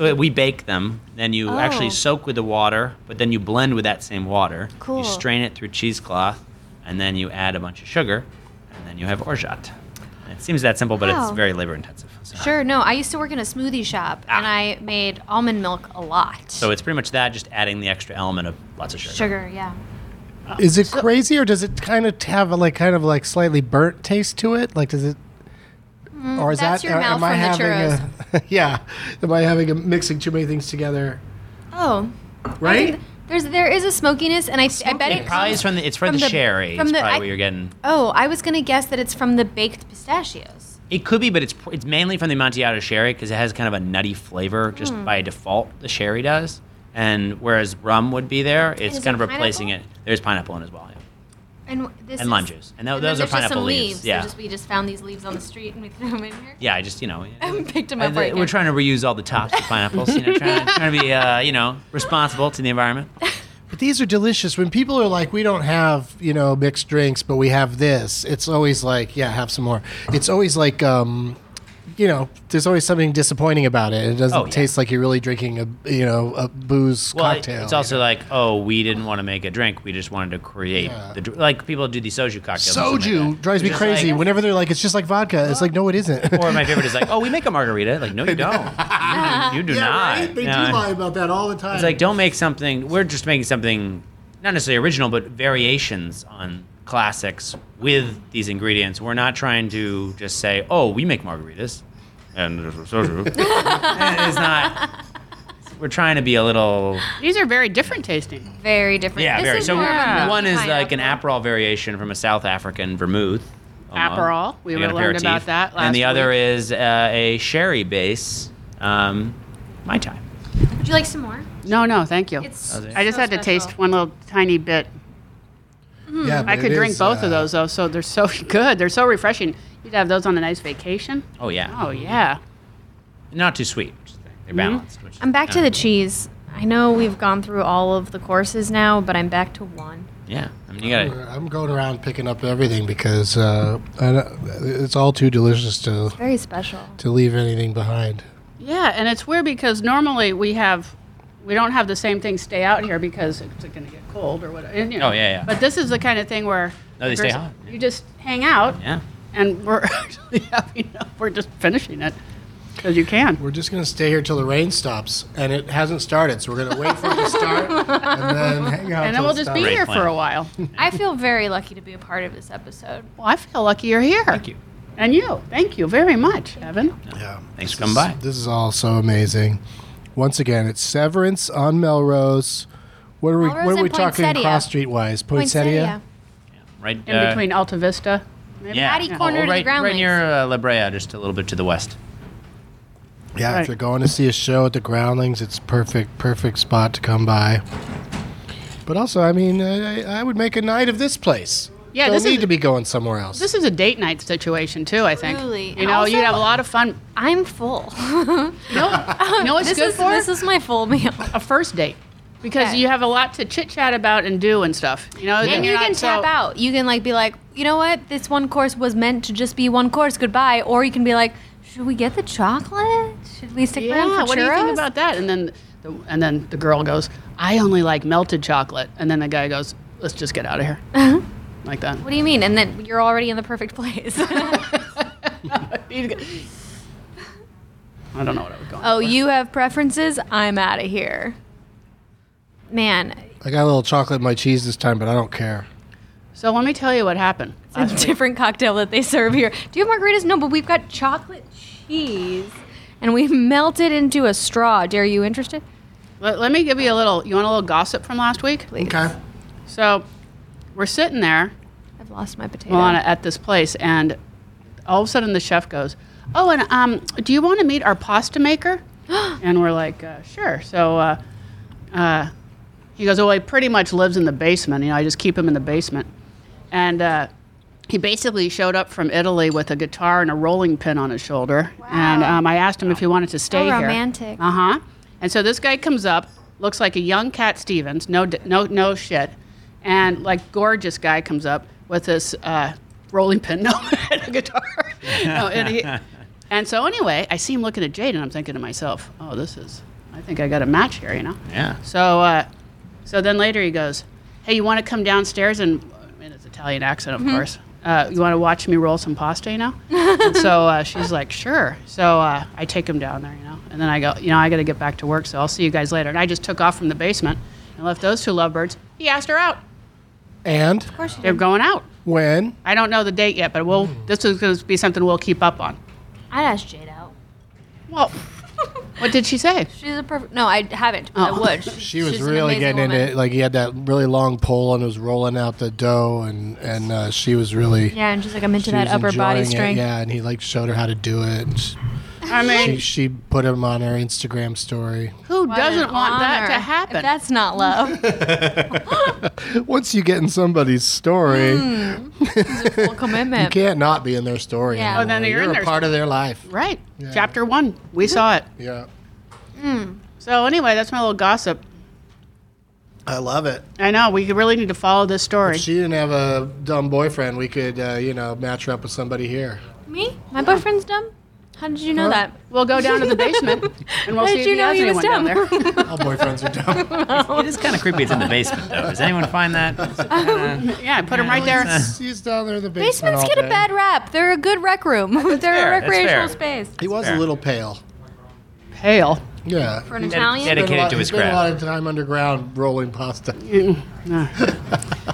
E: uh, We bake them. Then you
D: Oh.
E: actually soak with the water, but then you blend with that same water.
D: Cool.
E: You strain it through cheesecloth, and then you add a bunch of sugar, and then you have orgeat. And It seems that simple, but
D: Wow.
E: it's very labor intensive. So.
D: Sure. No, I used to work in a smoothie shop and
E: Ah.
D: I made almond milk a lot.
E: So it's pretty much that, just adding the extra element of lots of sugar.
D: sugar. Yeah.
B: Is it crazy or does it kind of have a like kind of like slightly burnt taste to it? Like does it or is
D: that's
B: that
D: your
B: or
D: mouth
B: am I
D: from the
B: having a (laughs) Yeah. Am I having a mixing too many things together?
D: Oh.
B: Right?
D: There's there is a smokiness, and I, I bet
E: It
D: it
E: probably
D: comes.
E: is from the it's from,
D: from
E: the,
D: the-
E: sherry.
D: from
E: it's
D: the-
E: probably
D: I-
E: what you're getting.
D: oh, I was gonna guess that it's from the baked pistachios.
E: It could be, but it's pr- it's mainly from the Amontillado sherry because it has kind of a nutty flavor just by default. The sherry does, and whereas rum would be there, it's
D: is
E: kind of
D: there
E: replacing it. There's pineapple in as well. yeah.
D: And w- this
E: And
D: is-
E: lime juice. And tho-
D: then
E: those
D: there's
E: are
D: just
E: pineapple
D: some
E: leaves,
D: so
E: yeah.
D: just- we just found these leaves on the street and we threw them in here. (laughs)
E: Yeah, I just you know.
D: Picked them
E: I-
D: up. right
E: we're
D: here.
E: trying to reuse all the tops of pineapples. You know, trying, trying to be uh, you know responsible to the environment.
B: But these are delicious. When people are like, we don't have, you know, mixed drinks, but we have this, it's always like, yeah, have some more. It's always like, um, you know, there's always something disappointing about it. It doesn't
E: Oh, yeah.
B: taste like you're really drinking a, you know, a booze
E: Well,
B: cocktail.
E: it's also like, oh, we didn't want to make a drink. We just wanted to create the dr- like people do these soju cocktails. and stuff
B: soju
E: like that.
B: drives me
E: It's just
B: crazy.
E: like-
B: Whenever they're like, it's just like vodka. It's like, no, it isn't. (laughs)
E: (laughs) Or my favorite is like, oh, we make a margarita. Like, no, you don't. You do, you do not. Yeah.
B: about that all the time.
E: It's like, don't make something. We're just making something, not necessarily original, but variations on classics with these ingredients. We're not trying to just say, (laughs) oh, we make margaritas, and there's a soju. it's not. we're trying to be a little
C: These are very different tasting.
F: Very different.
E: yeah
F: This
E: very.
F: is
E: So
F: more of a
C: Yeah.
F: milky
E: one is like an
F: pineapple.
E: Aperol variation from a South African vermouth. almost.
C: Aperol. We
E: Like an
C: learned
E: aperitif.
C: about that last
E: And the other
C: week.
E: is uh, a sherry base, um, mai tai.
D: Would you like some more?
C: No, no, thank you.
D: It's
E: Okay.
C: I just
D: so
C: had to taste
D: special.
C: one little tiny bit.
G: Yeah,
C: I
G: but
C: could
G: it
C: drink
G: is,
C: both
G: uh,
C: of those though, so they're so (laughs) good. They're so refreshing. You'd have those on a nice vacation.
E: Oh yeah,
C: Oh Mm-hmm. yeah.
E: not too sweet. which is- They're balanced. Which is
D: I'm back to
E: kind
D: the
E: of
D: cheese. I know we've gone through all of the courses now, but I'm back to one.
E: cool. Yeah, I mean you gotta.
B: I'm going around picking up everything because uh, I don't- it's all too delicious to
D: Very special.
B: to leave anything behind.
C: Yeah, and it's weird because normally we have, we don't have the same thing stay out here because it's going to get cold or whatever. You know.
E: Oh, yeah, yeah.
C: But this is the kind of thing where
E: No, they stay
C: there's-
E: hot.
C: You just hang out,
E: Yeah.
C: and we're (laughs) actually having, we're just finishing it because you can.
B: We're just gonna stay here till the rain stops, and it hasn't started, so we're gonna wait for it to start and then hang out.
C: And
B: till
C: then we'll
B: it
C: just
B: stops.
C: be
E: Great
C: here for
E: plan.
C: a
E: (laughs)
C: while.
D: I feel very lucky to be a part of this episode.
C: Well, I feel lucky you're here.
E: Thank you.
C: And you. Thank you very much, Evan.
B: Yeah.
E: Thanks for
B: This
E: coming by.
B: is- This is all so amazing. Once again, it's Severance on Melrose. What are we?
D: Melrose
B: what are we
D: and
B: talking
D: Poinsettia.
B: cross street wise? Poinsettia.
E: Right
C: In
E: uh,
C: between Alta Vista. Maybe?
E: Yeah.
D: Patty corner to the
E: right, right
D: groundlings.
E: near uh, La Brea, just a little bit to the west.
B: Yeah.
C: Right.
B: If you're going to see a show at the Groundlings, it's perfect, perfect spot to come by. But also, I mean, I, I- I would make a night of this place.
C: Yeah,
B: Don't
C: this
B: need
C: is-
B: to be going somewhere else.
C: This is a date night situation too. I think. You
D: Truly. And
C: know, you
D: also-
C: have a lot of fun.
D: I'm full. (laughs)
C: No, you know what's
D: this
C: good
D: is
C: for?
D: this is my full meal.
C: a first date because
D: Okay.
C: you have a lot to chit chat about and do and stuff. You know,
D: And you
C: you're
D: can
C: not so-
D: tap out. You can like be like, you know what? This one course was meant to just be one course. Goodbye. Or you can be like, should we get the chocolate? Should we stick
C: Yeah,
D: around for
C: what do you
D: churros?"
C: think about that? And then, the, and then the girl goes, "I only like melted chocolate." And then the guy goes, "Let's just get out of here," like that.
D: Uh-huh. What do you mean? And then you're already in the
C: (laughs)
D: perfect place.
C: I don't know what I was going.
D: oh, you have preferences? I'm out of here. Man,
B: I got a little chocolate in my cheese this time, but I don't care.
C: So let me tell you what happened.
D: it's a different cocktail that they serve here. Do you have margaritas? No, but we've got chocolate cheese. And we melt it into a straw. Dare you interested?
C: Let, let me give you a little. You want a little gossip from last week?
B: Okay.
C: So, we're sitting there
D: I've lost my potato.
C: Milana at this place, and all of a sudden the chef goes, "Oh, and um, do you want to meet our pasta maker?" and we're like, uh, "Sure." So uh, uh, he goes, "Oh, he pretty much lives in the basement. You know, I just keep him in the basement." And uh, he basically showed up from Italy with a guitar and a rolling pin on his shoulder. And um, I asked him if he wanted to stay
D: How
C: here.
D: romantic.
C: Uh huh. And so this guy comes up, looks like a young Cat Stevens, no, d- no, no shit, and like gorgeous guy comes up with this uh, rolling pin, (laughs) no, and a guitar. (laughs) no, and, he, and so anyway, I see him looking at Jade, and I'm thinking to myself, oh, this is, I think I got a match here, you know.
E: Yeah.
C: So, uh, so then later he goes, "Hey, you want to come downstairs and in his Italian accent, of course. Uh, you want to watch me roll some pasta, you know?" and so uh, she's like, "Sure." So uh, I take him down there, you know, and then I go, you know, I got to get back to work, so I'll see you guys later. And I just took off from the basement and left those two lovebirds. He asked her out.
B: And
C: They're going out.
B: when?
C: I don't know the date yet, but we'll. This is going to be something we'll keep up on.
D: I asked Jade out. (laughs)
C: Well, what did she say?
D: She's a perfect. No, I haven't. But
C: Oh.
D: I would. She's-
B: She was
D: she's an
B: really
D: amazing
B: getting
D: woman.
B: into it. Like he had that really long pole and was rolling out the dough, and and uh, she was really
D: Yeah, and she's like, I'm into
B: she
D: that
B: was
D: upper
B: enjoying
D: body
B: it,
D: strength.
B: Yeah, and he like showed her how to do it. And she,
C: I mean,
B: she, she put him on her Instagram story.
C: who
D: What
C: doesn't
D: an
C: want that
D: honor.
C: to
D: If
C: happen?
D: that's
B: (laughs)
D: not love.
B: Once you get in somebody's story,
D: Hmm. Full
B: you
D: commitment.
B: can't not be in their story.
D: Yeah. Oh,
C: then
B: anymore.
C: you're in
B: you're
C: their
B: a part of their life.
C: right. Chapter one. We saw it.
B: Yeah,
C: So anyway, that's my little gossip.
B: I love it.
C: I know we really need to follow this story.
B: If she didn't have a dumb boyfriend, we could uh, you know match her up with somebody here.
D: Me? My boyfriend's dumb? How did you know that?
C: we'll go down to the
D: (laughs)
C: basement and we'll
D: How
C: see if
D: did you
C: he
D: know
C: has
D: he was
C: anyone down there.
D: dumb?
B: All boyfriends are dumb.
D: (laughs)
E: It is kind of creepy. It's in the basement, though. Does anyone find that?
C: (laughs)
D: (laughs)
C: yeah, put
B: (laughs)
C: him right there.
B: He's down there in the basement.
D: Basements
B: all
D: get a
B: day.
D: bad rap. They're a good rec room. (laughs) They're
E: fair,
D: a
E: that's
D: recreational
E: fair.
D: space.
B: He was a
E: fair.
B: little pale.
C: Pale.
B: Yeah.
D: For an
E: Ded-
D: Italian?
E: dedicated
B: Spent a lot-
E: to
B: he
E: his
B: spent
E: craft.
B: A lot of time underground rolling pasta.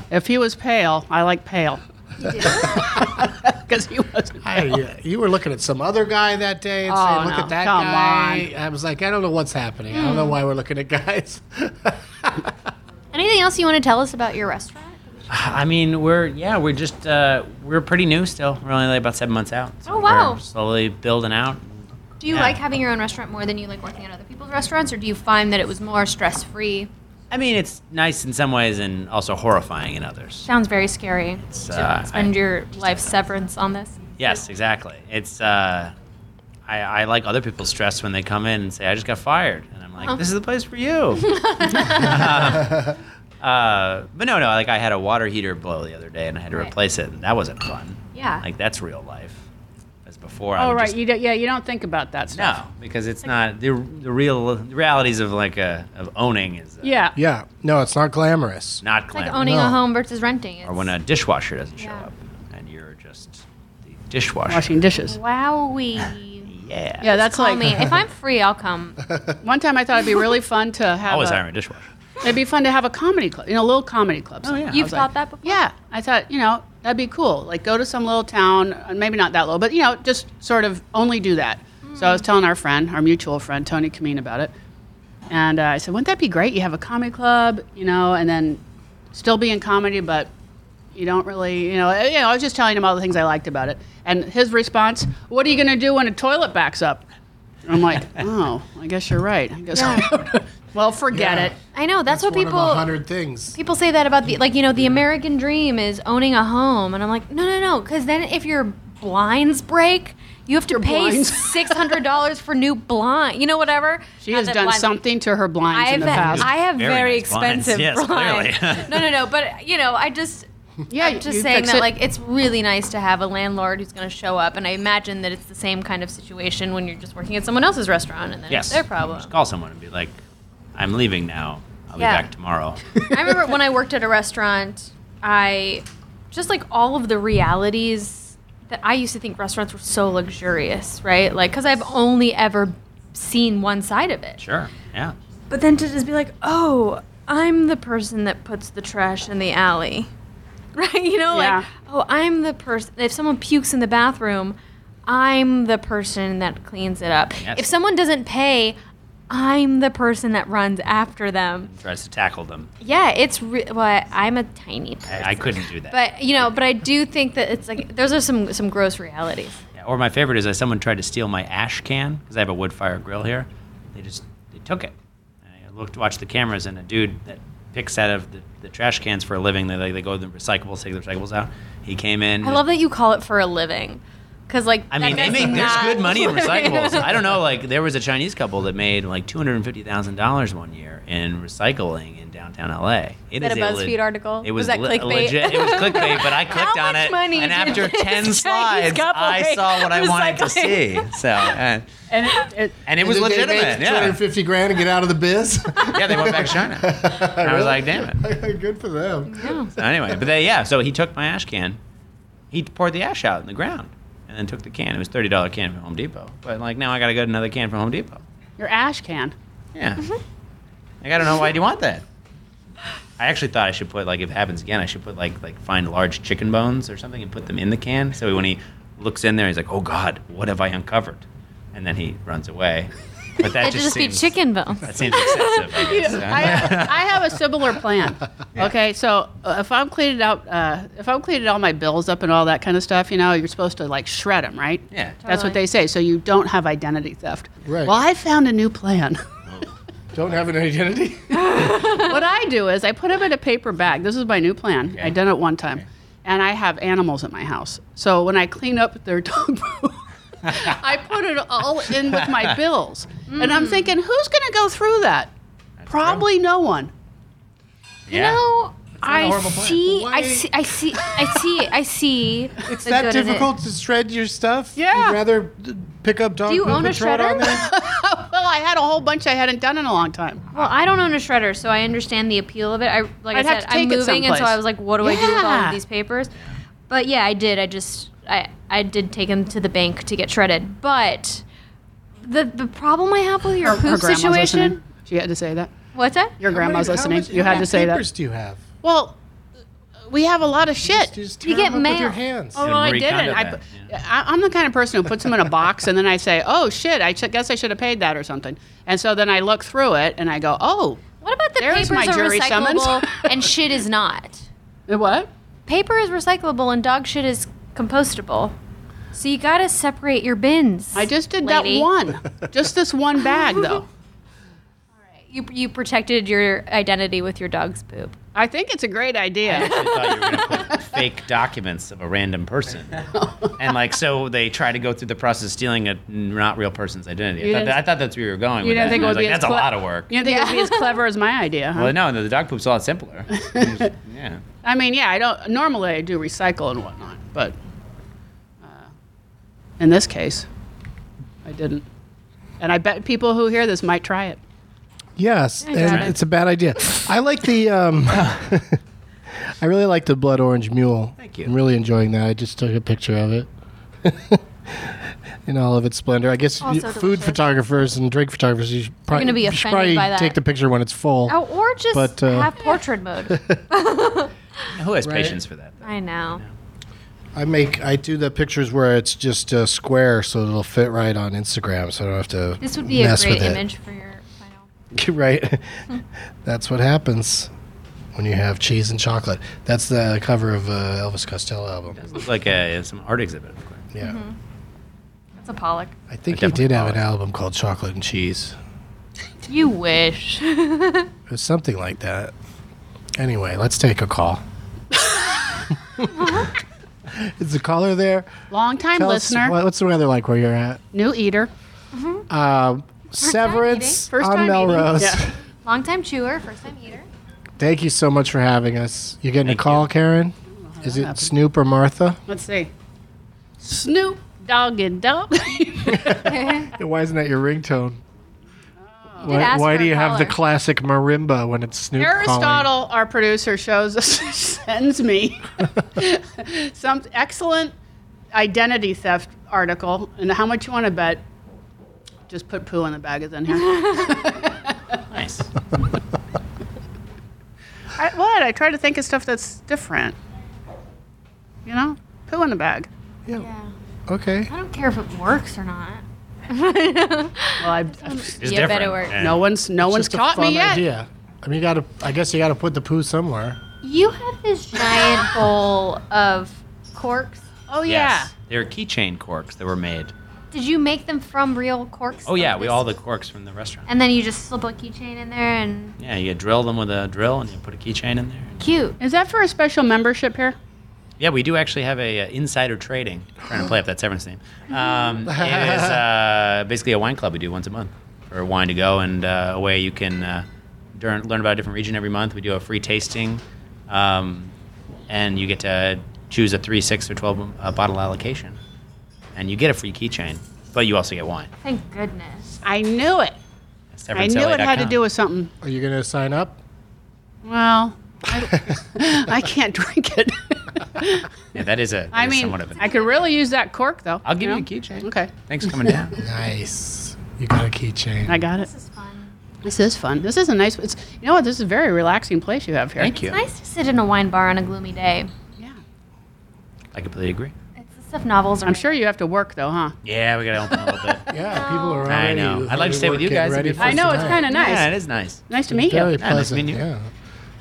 D: (laughs)
C: If he was pale, I like pale. because he
B: (laughs)
C: wasn't.
B: Hey, you were looking at some other guy that day and
C: Oh,
B: saying, "Look
C: no.
B: at that
C: Come
B: guy." I was like, "I don't know what's happening. I don't
D: Hmm.
B: know why we're looking at guys." (laughs)
D: Anything else you want to tell us about your restaurant?
E: I mean, we're yeah, we're just uh, we're pretty new still. We're only like about seven months out. So
D: Oh, wow.
E: We're slowly building out.
D: Do you
E: Yeah.
D: like having your own restaurant more than you like working at other people's restaurants, or do you find that it was more stress free?
E: I mean, it's nice in some ways and also horrifying in others.
D: Sounds very scary.
E: It's,
D: to
E: uh,
D: spend your life severance on this.
E: Yes, exactly. It's uh, I, I like other people's stress when they come in and say, "I just got fired," and I'm like,
D: Oh.
E: "This is the place for you." (laughs) uh, but no, no, like I had a water heater blow the other day and I had to
D: Right.
E: replace it, and that wasn't fun.
D: Yeah.
E: Like that's real life. As before, I
C: Oh
E: would
C: right,
E: just
C: you don't, yeah, you don't think about that stuff.
E: No, because it's not the the real the realities of like a of owning is uh,
C: Yeah.
B: yeah, no, it's not glamorous.
E: not
D: It's like
E: glamorous.
D: owning
B: No.
D: a home versus renting. It's,
E: or when a dishwasher doesn't show
D: Yeah.
E: up and you're just the dishwasher.
C: Washing dishes.
D: Wowie.
E: (laughs) Yeah.
C: Yeah, that's
D: Call
C: like
D: (laughs) me. If I'm free, I'll
E: (laughs)
D: come.
C: one time I thought it'd be really fun
D: (laughs)
C: to have.
E: always
C: a-
E: hiring a dishwasher.
C: It'd be fun to have a comedy club, you know, a little comedy club.
E: Oh, yeah.
C: I
D: You've
C: was
D: thought
C: like,
D: that before?
C: Yeah, I thought you know that'd be cool. Like go to some little town, uh, maybe not that little, but you know, just sort of only do that. So
D: Mm.
C: I was telling our friend, our mutual friend Tony Kameen about it, and uh, I said, wouldn't that be great? You have a comedy club, you know, and then still be in comedy, but you don't really, you know, I- you know. I was just telling him all the things I liked about it, and his response, "What are you going to do when a toilet backs up?" I'm
D: (laughs)
C: like, "Oh, I guess you're right. I guess." (laughs) well, forget
B: Yeah.
C: it.
D: I know. That's, what
B: One
D: people.
B: of a hundred things.
D: People say that about the like you know the American dream is owning a home, and I'm like no no no because then if your blinds break, you have to pay
C: blinds.
D: (laughs) six hundred dollars for new blind, you know whatever.
C: She
D: Not
C: has
D: that
C: done
D: blinds-
C: something to her blinds in
D: I've
C: the past.
D: I have
E: Very
D: very,
E: nice blinds.
D: expensive
E: Yes,
D: blinds. (laughs)
E: clearly.
D: no no no, but you know I just
C: yeah,
D: I'm just saying that like it's really nice to have a landlord who's going to show up, and I imagine that it's the same kind of situation when you're just working at someone else's restaurant, and then
E: Yes.
D: it's their problem.
E: Just call someone and be like, "I'm leaving now. I'll
D: Yeah.
E: be
D: (laughs)
E: back tomorrow."
D: I remember when I worked at a restaurant, I just like all of the realities that I used to think restaurants were so luxurious, right? Like, because I've only ever seen one side of it.
E: sure. Yeah.
D: But then to just be like, oh, I'm the person that puts the trash in the alley, (laughs) right? You know,
C: Yeah.
D: like, oh, I'm the person. If someone pukes in the bathroom, I'm the person that cleans it up.
E: Yes.
D: If someone doesn't pay, I'm the person that runs after them.
E: Tries to tackle them.
D: Yeah, it's re- well, I'm a tiny person.
E: I, I couldn't do that.
D: But you know, but I do think that it's like those are some some gross realities.
E: Yeah, or my favorite is that someone tried to steal my ash can because I have a wood fire grill here. They just they took it. And I looked, watched the cameras, and a dude that picks out of the, the trash cans for a living. They like they go to the recyclables, take the recyclables out. He came in.
D: I love that you call it for a living, because like
E: I
D: that
E: mean, they
D: is
E: make there's
D: not-
E: good
D: (laughs)
E: money in recyclables. I don't know. Like there was a Chinese couple that made like two hundred and fifty thousand dollars one year in recycling in downtown LA. It
D: that a
E: le-
D: BuzzFeed article?
E: It was,
D: Was that
E: le-
D: clickbait?
E: legit. It was
D: (laughs)
E: clickbait, but I clicked
D: How
E: on
D: much
E: it,
D: money
E: and
D: did (laughs)
E: after
D: this
E: ten
D: Chinese
E: slides,
D: couple
E: I
D: make
E: saw what I wanted to see.
D: recycling?
E: So.
D: (laughs)
E: and-
C: and it, it,
E: And it was
B: Did they make
E: legitimate. Yeah.
B: 250 grand and get out of the biz.
E: yeah, they went back to China.
D: (laughs)
E: And (laughs) I was like,
B: (laughs)
E: damn it.
B: Good for them.
E: So anyway, but they, yeah, so he took my ash can. He poured the ash out in the ground and then took the can. It was $30 can from Home Depot. But like now I got to go to another can from Home Depot.
C: your ash can.
E: Yeah.
C: Mm-hmm.
E: Like, I don't know why do you want that? I actually thought I should put like if it happens again, I should put like like find large chicken bones or something and put them in the can. So when he looks in there, he's like, "Oh God, what have I uncovered?" And then he runs away. But that
D: It'd
E: just,
D: just be
E: seems-
D: chicken (laughs) bones.
E: That seems excessive. I
C: (laughs)
E: guess, huh?
C: I, I have a similar
E: (laughs)
C: plan. Okay, so uh, if I'm cleaning out, uh, if I'm cleaning all my bills up and all that kind of stuff, you know, you're supposed to like shred them, right?
E: Yeah.
C: That's what they say. So you don't have identity theft.
B: Right.
C: Well, I found a new plan.
E: (laughs)
B: Don't have an identity.
E: Oh.
C: what I do is I put them in a paper bag. This is my new plan. I done it one time, and I have animals at my house. So when I clean up their dog (laughs) poo, I put it all in with
E: (laughs)
C: my bills, and I'm thinking, who's going to go through that? Probably no one.
E: yeah.
D: No, I
E: horrible plan.
D: see,
B: (laughs) Why-
D: I see, I see, I see, I see.
B: It's
D: the
B: that
D: good in it.
B: difficult to shred your stuff.
C: Yeah.
B: You'd rather d- pick up dog
D: Do you
B: poop
D: own
B: and
D: a
B: throw it on
D: shredder?
B: there?
C: Well, I had a whole bunch I hadn't done in a long time.
D: Well, I don't own a shredder, so I understand the appeal of it. I like i
C: I'd have
D: said,
C: to take
D: I'm
C: it
D: moving, and so
C: someplace.
D: I was like, what do I do with all
C: Yeah.
D: of these papers? But yeah, I did. I just I I did take them to the bank to get shredded. But the the problem I have with your
C: Her
D: poop
C: grandma's
D: situation,
C: listening. She had to say that.
D: What's that?
C: Your
B: How many-
C: grandma's
B: how
C: listening.
B: much-
C: you
B: how
C: had
B: many
C: to say
B: papers
C: that.
B: do you have?
C: Well, we have a lot of shit.
G: Just
D: You
G: tear 'em
D: get
G: up with your
D: mail.
G: hands.
C: Oh,
E: And
C: well, I
E: Marie
C: didn't.
E: Kondo
C: I,
E: that,
C: I, I'm the kind of person who puts them in a box and then I say, oh shit, I sh- guess I should have paid that or something. And so then I look through it and I go, oh,
D: What about the
C: There's my
D: papers are
C: jury summons.
D: recyclable
C: (laughs)
D: and shit is not?
C: what?
D: Paper is recyclable and dog shit is compostable. So you gotta separate your bins.
C: I just did
D: Lady.
C: that one. Just this one (laughs) bag, though.
D: you, you protected your identity with your dog's poop.
C: I think it's a great idea.
E: I thought you were going to put fake documents of a random person. and like, so they try to go through the process of stealing a not real person's identity.
C: You
E: I thought,
C: didn't-
E: I thought that's where you were going
C: You
E: with
C: didn't
E: that.
C: think it
E: I
C: would
E: was
C: be
E: like,
C: as
E: that's a
C: cle-
E: lot of work.
C: You didn't think it would be as clever as my idea, huh?
E: Well, no, the dog poop's a
D: (laughs)
E: lot simpler. yeah.
C: I mean, yeah, I don't normally I do recycle and whatnot, but uh, in this case, I didn't. And I bet people who hear this might try it.
B: Yes, and
E: it.
B: it's a bad idea. I like the. Um, (laughs) I really like the blood orange mule.
E: Thank you.
B: I'm really enjoying that. I just took a picture of it (laughs) in all of its splendor. I guess
D: Also
B: you- food
D: delicious.
B: photographers and drink photographers, you should, prob-
D: gonna be
B: you should
D: offended
B: probably
D: by that.
B: take the picture when it's full.
D: Oh, or just
B: But, uh,
D: have portrait mode. (laughs)
E: Who has patience for that?
D: I know.
B: I make I do the pictures where it's just a square, so it'll fit right on Instagram, so I don't have to.
D: (laughs)
B: (laughs)
D: This would be a
B: mess
D: great
B: with it.
D: image for your final.
B: right? (laughs) That's what happens when you have cheese and chocolate. That's the cover of uh, Elvis Costello album.
E: It looks like a, some art exhibit.
B: Yeah,
D: That's a Pollock.
B: I think
E: I
B: he did
E: definitely
B: have
E: follow
B: an
E: it.
B: album called Chocolate and Cheese.
D: You wish.
B: It was something like that. Anyway, let's take a call. (laughs) Is the caller there?
C: Longtime
B: Tell us
C: listener,
B: what- what's the weather like where you're at?
C: new eater.
B: Um, Severance
C: First
B: on
C: time eating.
B: Melrose.
C: Yeah.
D: Long time chewer, first time eater.
B: Thank you so much for having us. You getting
E: Thank
B: a call,
E: you.
B: Karen? Is it
C: happened.
B: Snoop or Martha?
C: Let's see. Snoop Dogg
B: (laughs)
C: and Dog.
B: Why isn't that your ringtone?
D: did
B: Why,
D: ask
B: why
D: for
B: do
D: a
B: you have the
D: caller.
B: classic marimba when it's Snoop calling?
C: Aristotle, our producer, shows us (laughs) sends me (laughs) some excellent identity theft article. And how much you want to bet? Just put poo in the bag is in here.
D: (laughs)
E: Nice.
C: I, what? I try to think of stuff that's different. You know, poo in the bag.
D: Yeah.
B: Okay.
D: I don't care if it works or not.
C: Well, I've, I've-
E: It's
D: Yeah, better
E: different.
D: work.
E: Yeah.
C: no one's no one's
B: Just a
C: caught
B: fun
C: me yet.
B: idea. I mean, you gotta. I guess you gotta put the poo somewhere.
D: (laughs) You have this (laughs) giant bowl of corks.
C: Oh yeah.
E: Yes. They're keychain corks that were made.
D: Did you make them from real corks?
E: Oh, yeah. We
D: Like
E: all the
D: this?
E: corks from the restaurant.
D: And then you just slip a keychain in there and
E: Yeah, you drill them with a drill and you put a keychain in there.
D: cute.
C: Is that for a special membership here?
E: Yeah, we do actually have a uh, insider trading. Trying to play up that Severance name. Um, it is uh, basically a wine club we do once a month for wine to go, and uh, a way you can uh, learn, learn about a different region every month. We do a free tasting, um, and you get to choose a three, six, or twelve uh, bottle allocation, and you get a free keychain, but you also get wine.
D: Thank goodness.
C: I knew it. I knew it had to do with something.
B: Are you gonna sign up?
C: Well,
E: (laughs)
C: I, I can't drink it.
E: Yeah, that is a. that
C: I
E: is
C: mean,
E: somewhat of an.
C: I could really use that cork though.
E: I'll give
C: know?
E: you a keychain.
C: Okay,
E: Thanks for
C: (laughs)
E: coming down.
B: Nice. You got a keychain.
C: I got it.
D: This is fun.
C: This is fun. This is a nice. It's you know what? This is a very relaxing place you have here.
E: Thank you.
D: Nice to sit in a wine bar on a gloomy day.
C: Yeah.
E: I completely agree.
D: It's the stuff novels are.
C: I'm
D: made
C: sure you have to work though, huh?
E: Yeah, we gotta open a little bit.
B: Yeah, people are
E: I
B: already.
E: know. I'd like to stay with you
B: working,
E: guys.
B: Ready
E: It'd be
B: for
C: I know it's
B: tonight.
C: kind of (laughs) nice.
E: Yeah, it is nice.
C: Nice to meet
B: Very
C: you.
E: nice
B: pleasant.
E: menu.
B: yeah.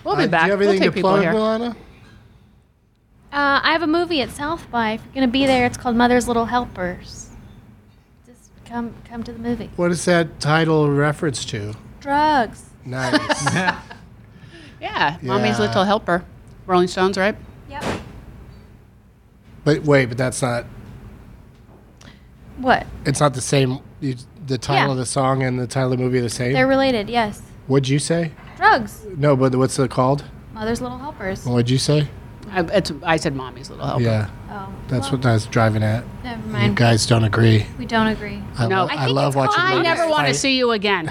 C: We'll be
B: Uh, Do
C: back.
B: you have
C: We'll
B: anything
C: take
B: to
C: people
B: plug,
C: here.
B: Milana?
D: Uh, I have a movie at South by. If you're gonna be there, it's called Mother's Little Helpers. Just come, come to the movie.
B: What is that title reference to?
D: Drugs.
B: Nice.
C: Yeah. Mommy's
B: Yeah.
C: little helper. Rolling Stones, right?
D: Yep.
B: but wait, but that's not.
D: What?
B: It's not the same. You, the title
D: Yeah.
B: of the song and the title of the movie are the same.
D: They're related. Yes.
B: What'd you say?
D: Drugs.
B: No, but what's it called?
D: Mother's Little Helpers.
B: What'd you say?
C: I, it's, I said mommy's little helper.
B: Yeah,
D: Oh,
B: that's what I was driving at.
D: never
B: You
D: mind.
B: guys don't agree.
D: We don't agree.
B: I
C: No.
B: love,
C: I
B: I
D: think
B: love
D: it's
B: watching.
D: called-
C: I
B: movies
C: never want to
B: fight.
C: see
B: (laughs)
C: you again.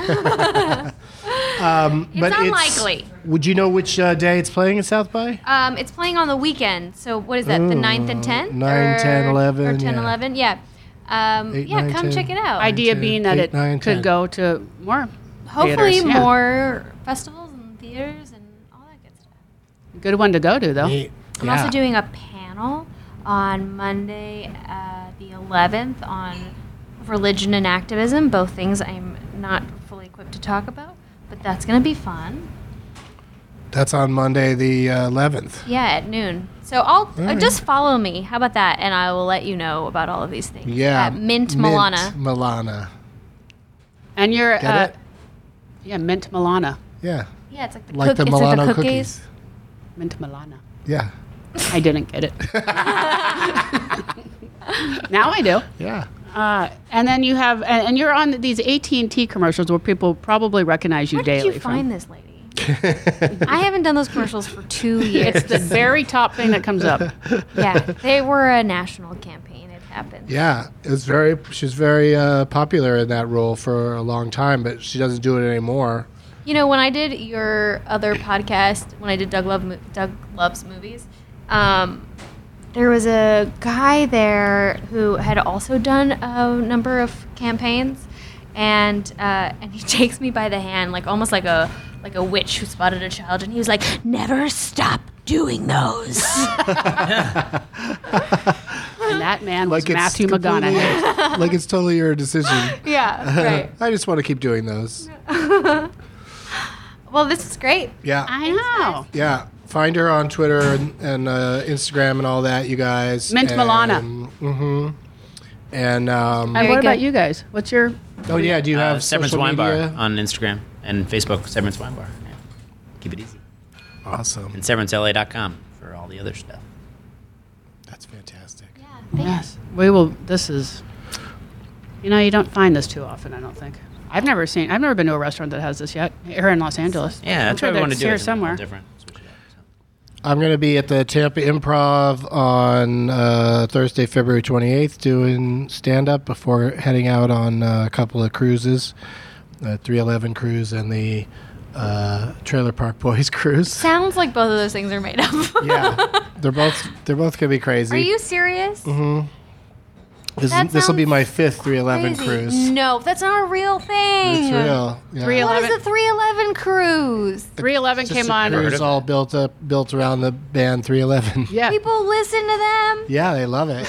B: Um, but
D: unlikely.
B: would you know which uh, day it's playing at South by?
D: Um, it's playing on the weekend. So what is that?
B: Ooh,
D: the 9th and 10th?
B: 9, 10,
D: Or-
B: 11,
D: Or 10,
B: yeah.
D: 11. Yeah. Um,
B: Eight,
D: yeah,
B: nine,
D: come
B: 10.
D: check it out.
C: Idea
B: two,
C: being that
B: eight,
C: it
B: nine,
C: could
B: ten.
C: go to more.
D: Hopefully
C: theaters, yeah.
D: more festivals and theaters and all that good stuff.
C: Good one to go to though.
B: Neat.
D: I'm
G: Yeah.
D: also doing a panel on Monday, uh, the 11th, on religion and activism. Both things I'm not fully equipped to talk about, but that's going to be fun.
G: That's on Monday the uh, 11th.
D: Yeah, at noon. So I'll uh,
G: right.
D: just follow me. How about that? And I will let you know about all of these things.
G: Yeah.
D: At Mint Milana.
G: Milana.
C: And you're,
G: Get
C: uh,
G: it?
C: yeah, Mint Milana.
G: Yeah.
D: Yeah, it's like the,
G: Like
D: cook-
G: the
D: it's like
G: Milano
D: the
G: cookies.
D: cookies.
C: Mint Milana.
G: Yeah.
C: I didn't
B: (laughs)
C: get it. now I do.
G: Yeah.
C: Uh, and then you have, and, and you're on these AT and T commercials where people probably recognize you
D: Where
C: daily.
D: did you
C: from.
D: find this lady? I haven't done those commercials for two years.
C: It's the very top thing that
B: (laughs)
C: comes up.
G: (laughs)
D: yeah, they were a national campaign. It happened.
G: Yeah. It's very, she's very uh, popular in that role for a long time, but she doesn't do it anymore.
D: You know, when I did your other podcast, when I did Doug Love, mo- Doug Loves Movies, um, there was a guy there who had also done a number of campaigns, and uh, and he (laughs) takes me by the hand, like almost like a like a witch who spotted a child, and he was like, "Never stop doing
G: (laughs)
D: those." (laughs)
C: And that man was
G: Like it's
C: Matthew
G: completely-
C: McGonaghy.
G: like it's totally your decision.
D: yeah,
G: (laughs)
D: right.
G: I just want to keep doing those.
D: Well, this is great.
G: Yeah.
C: I know.
G: Yeah. Find her on Twitter and, and uh, Instagram and all that, you guys.
C: Mint Milana.
G: Mm hmm. And,
C: And
G: um,
D: Very
C: what about
D: good.
C: you guys? What's your?
G: oh, yeah. Do you have
E: uh, Severance
G: social
E: Wine
G: media?
E: Bar on Instagram and Facebook, Severance Wine Bar. Yeah. Keep it easy.
G: Awesome.
E: And SeveranceLA.com for all the other stuff.
G: That's fantastic.
C: Yes, we will. This is. You know, you don't find this too often. I don't think. I've never seen. I've never been to a restaurant that has this yet. Here in Los Angeles.
E: Yeah,
C: I'm
E: that's
C: sure
E: what we want
C: that's
E: to do.
C: Here
E: It's a little
C: somewhere.
E: Different. Switch it up, so.
G: I'm going to be at the Tampa Improv on uh, Thursday, February 28th, doing stand up before heading out on uh, a couple of cruises the 311 cruise and the uh, Trailer Park Boys (laughs) cruise.
D: Sounds like both of those things are made up.
G: yeah, Mm-hmm. they're both they're both going to be crazy.
D: (laughs) are you serious?
G: this
D: that
G: this will be
D: sounds
G: my fifth 311
D: Crazy. Mm-hmm.
G: cruise.
D: No, that's not a real thing.
G: It's real. Yeah.
D: What
C: 311.
D: is the 311 cruise?
C: 311
G: Just
C: came
G: a
C: on.
G: cruise all built up built around the
D: (laughs)
G: band 311.
C: Yeah.
D: People listen to them.
G: (laughs) Yeah, they love
D: (laughs)
G: it.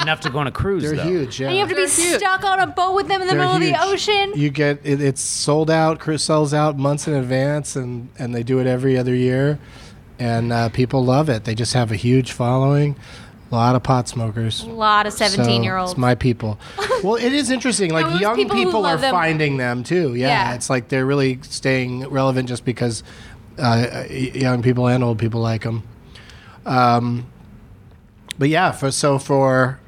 E: Enough to go on a cruise,
G: They're
E: though.
G: huge. Yeah.
D: And you have to be
C: They're huge.
D: stuck on a boat with them in the
G: They're
D: middle of
G: huge.
D: the ocean.
G: You get it, it's sold out. Cruise sells out months in advance, and and they do it every other year, and uh, people love it. They just have a huge following. A lot of pot smokers.
D: a lot of 17
G: So,
D: year
G: It's
D: olds. (laughs)
G: my people. Well, it is interesting. Like
D: those
G: young
D: people
G: people,
D: who
G: are
D: love them-
G: finding them too. Yeah,
D: Yeah.
G: it's like they're really staying relevant just because uh, y- young people and old people like them. Um, but yeah, for so for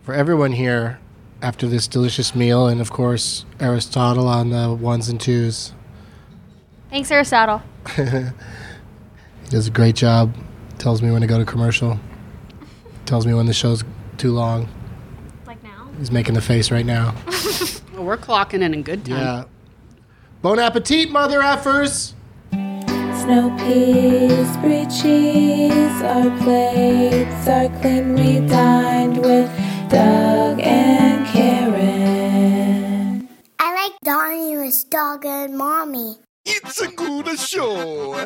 G: for everyone here after this delicious meal, and of course Aristotle on the ones and twos.
D: Thanks, Aristotle.
G: He does a great job. Tells me when to go to commercial. Tells me when the show's too long.
D: Like now.
G: He's making the face right now.
C: Well, we're clocking in in good time.
G: Yeah. Bon appetit, mother effers.
A: Snow peas, brie cheese, our plates are clean. We dined with Doug and Karen.
J: I like Donnie was dog and mommy.
K: It's a good show.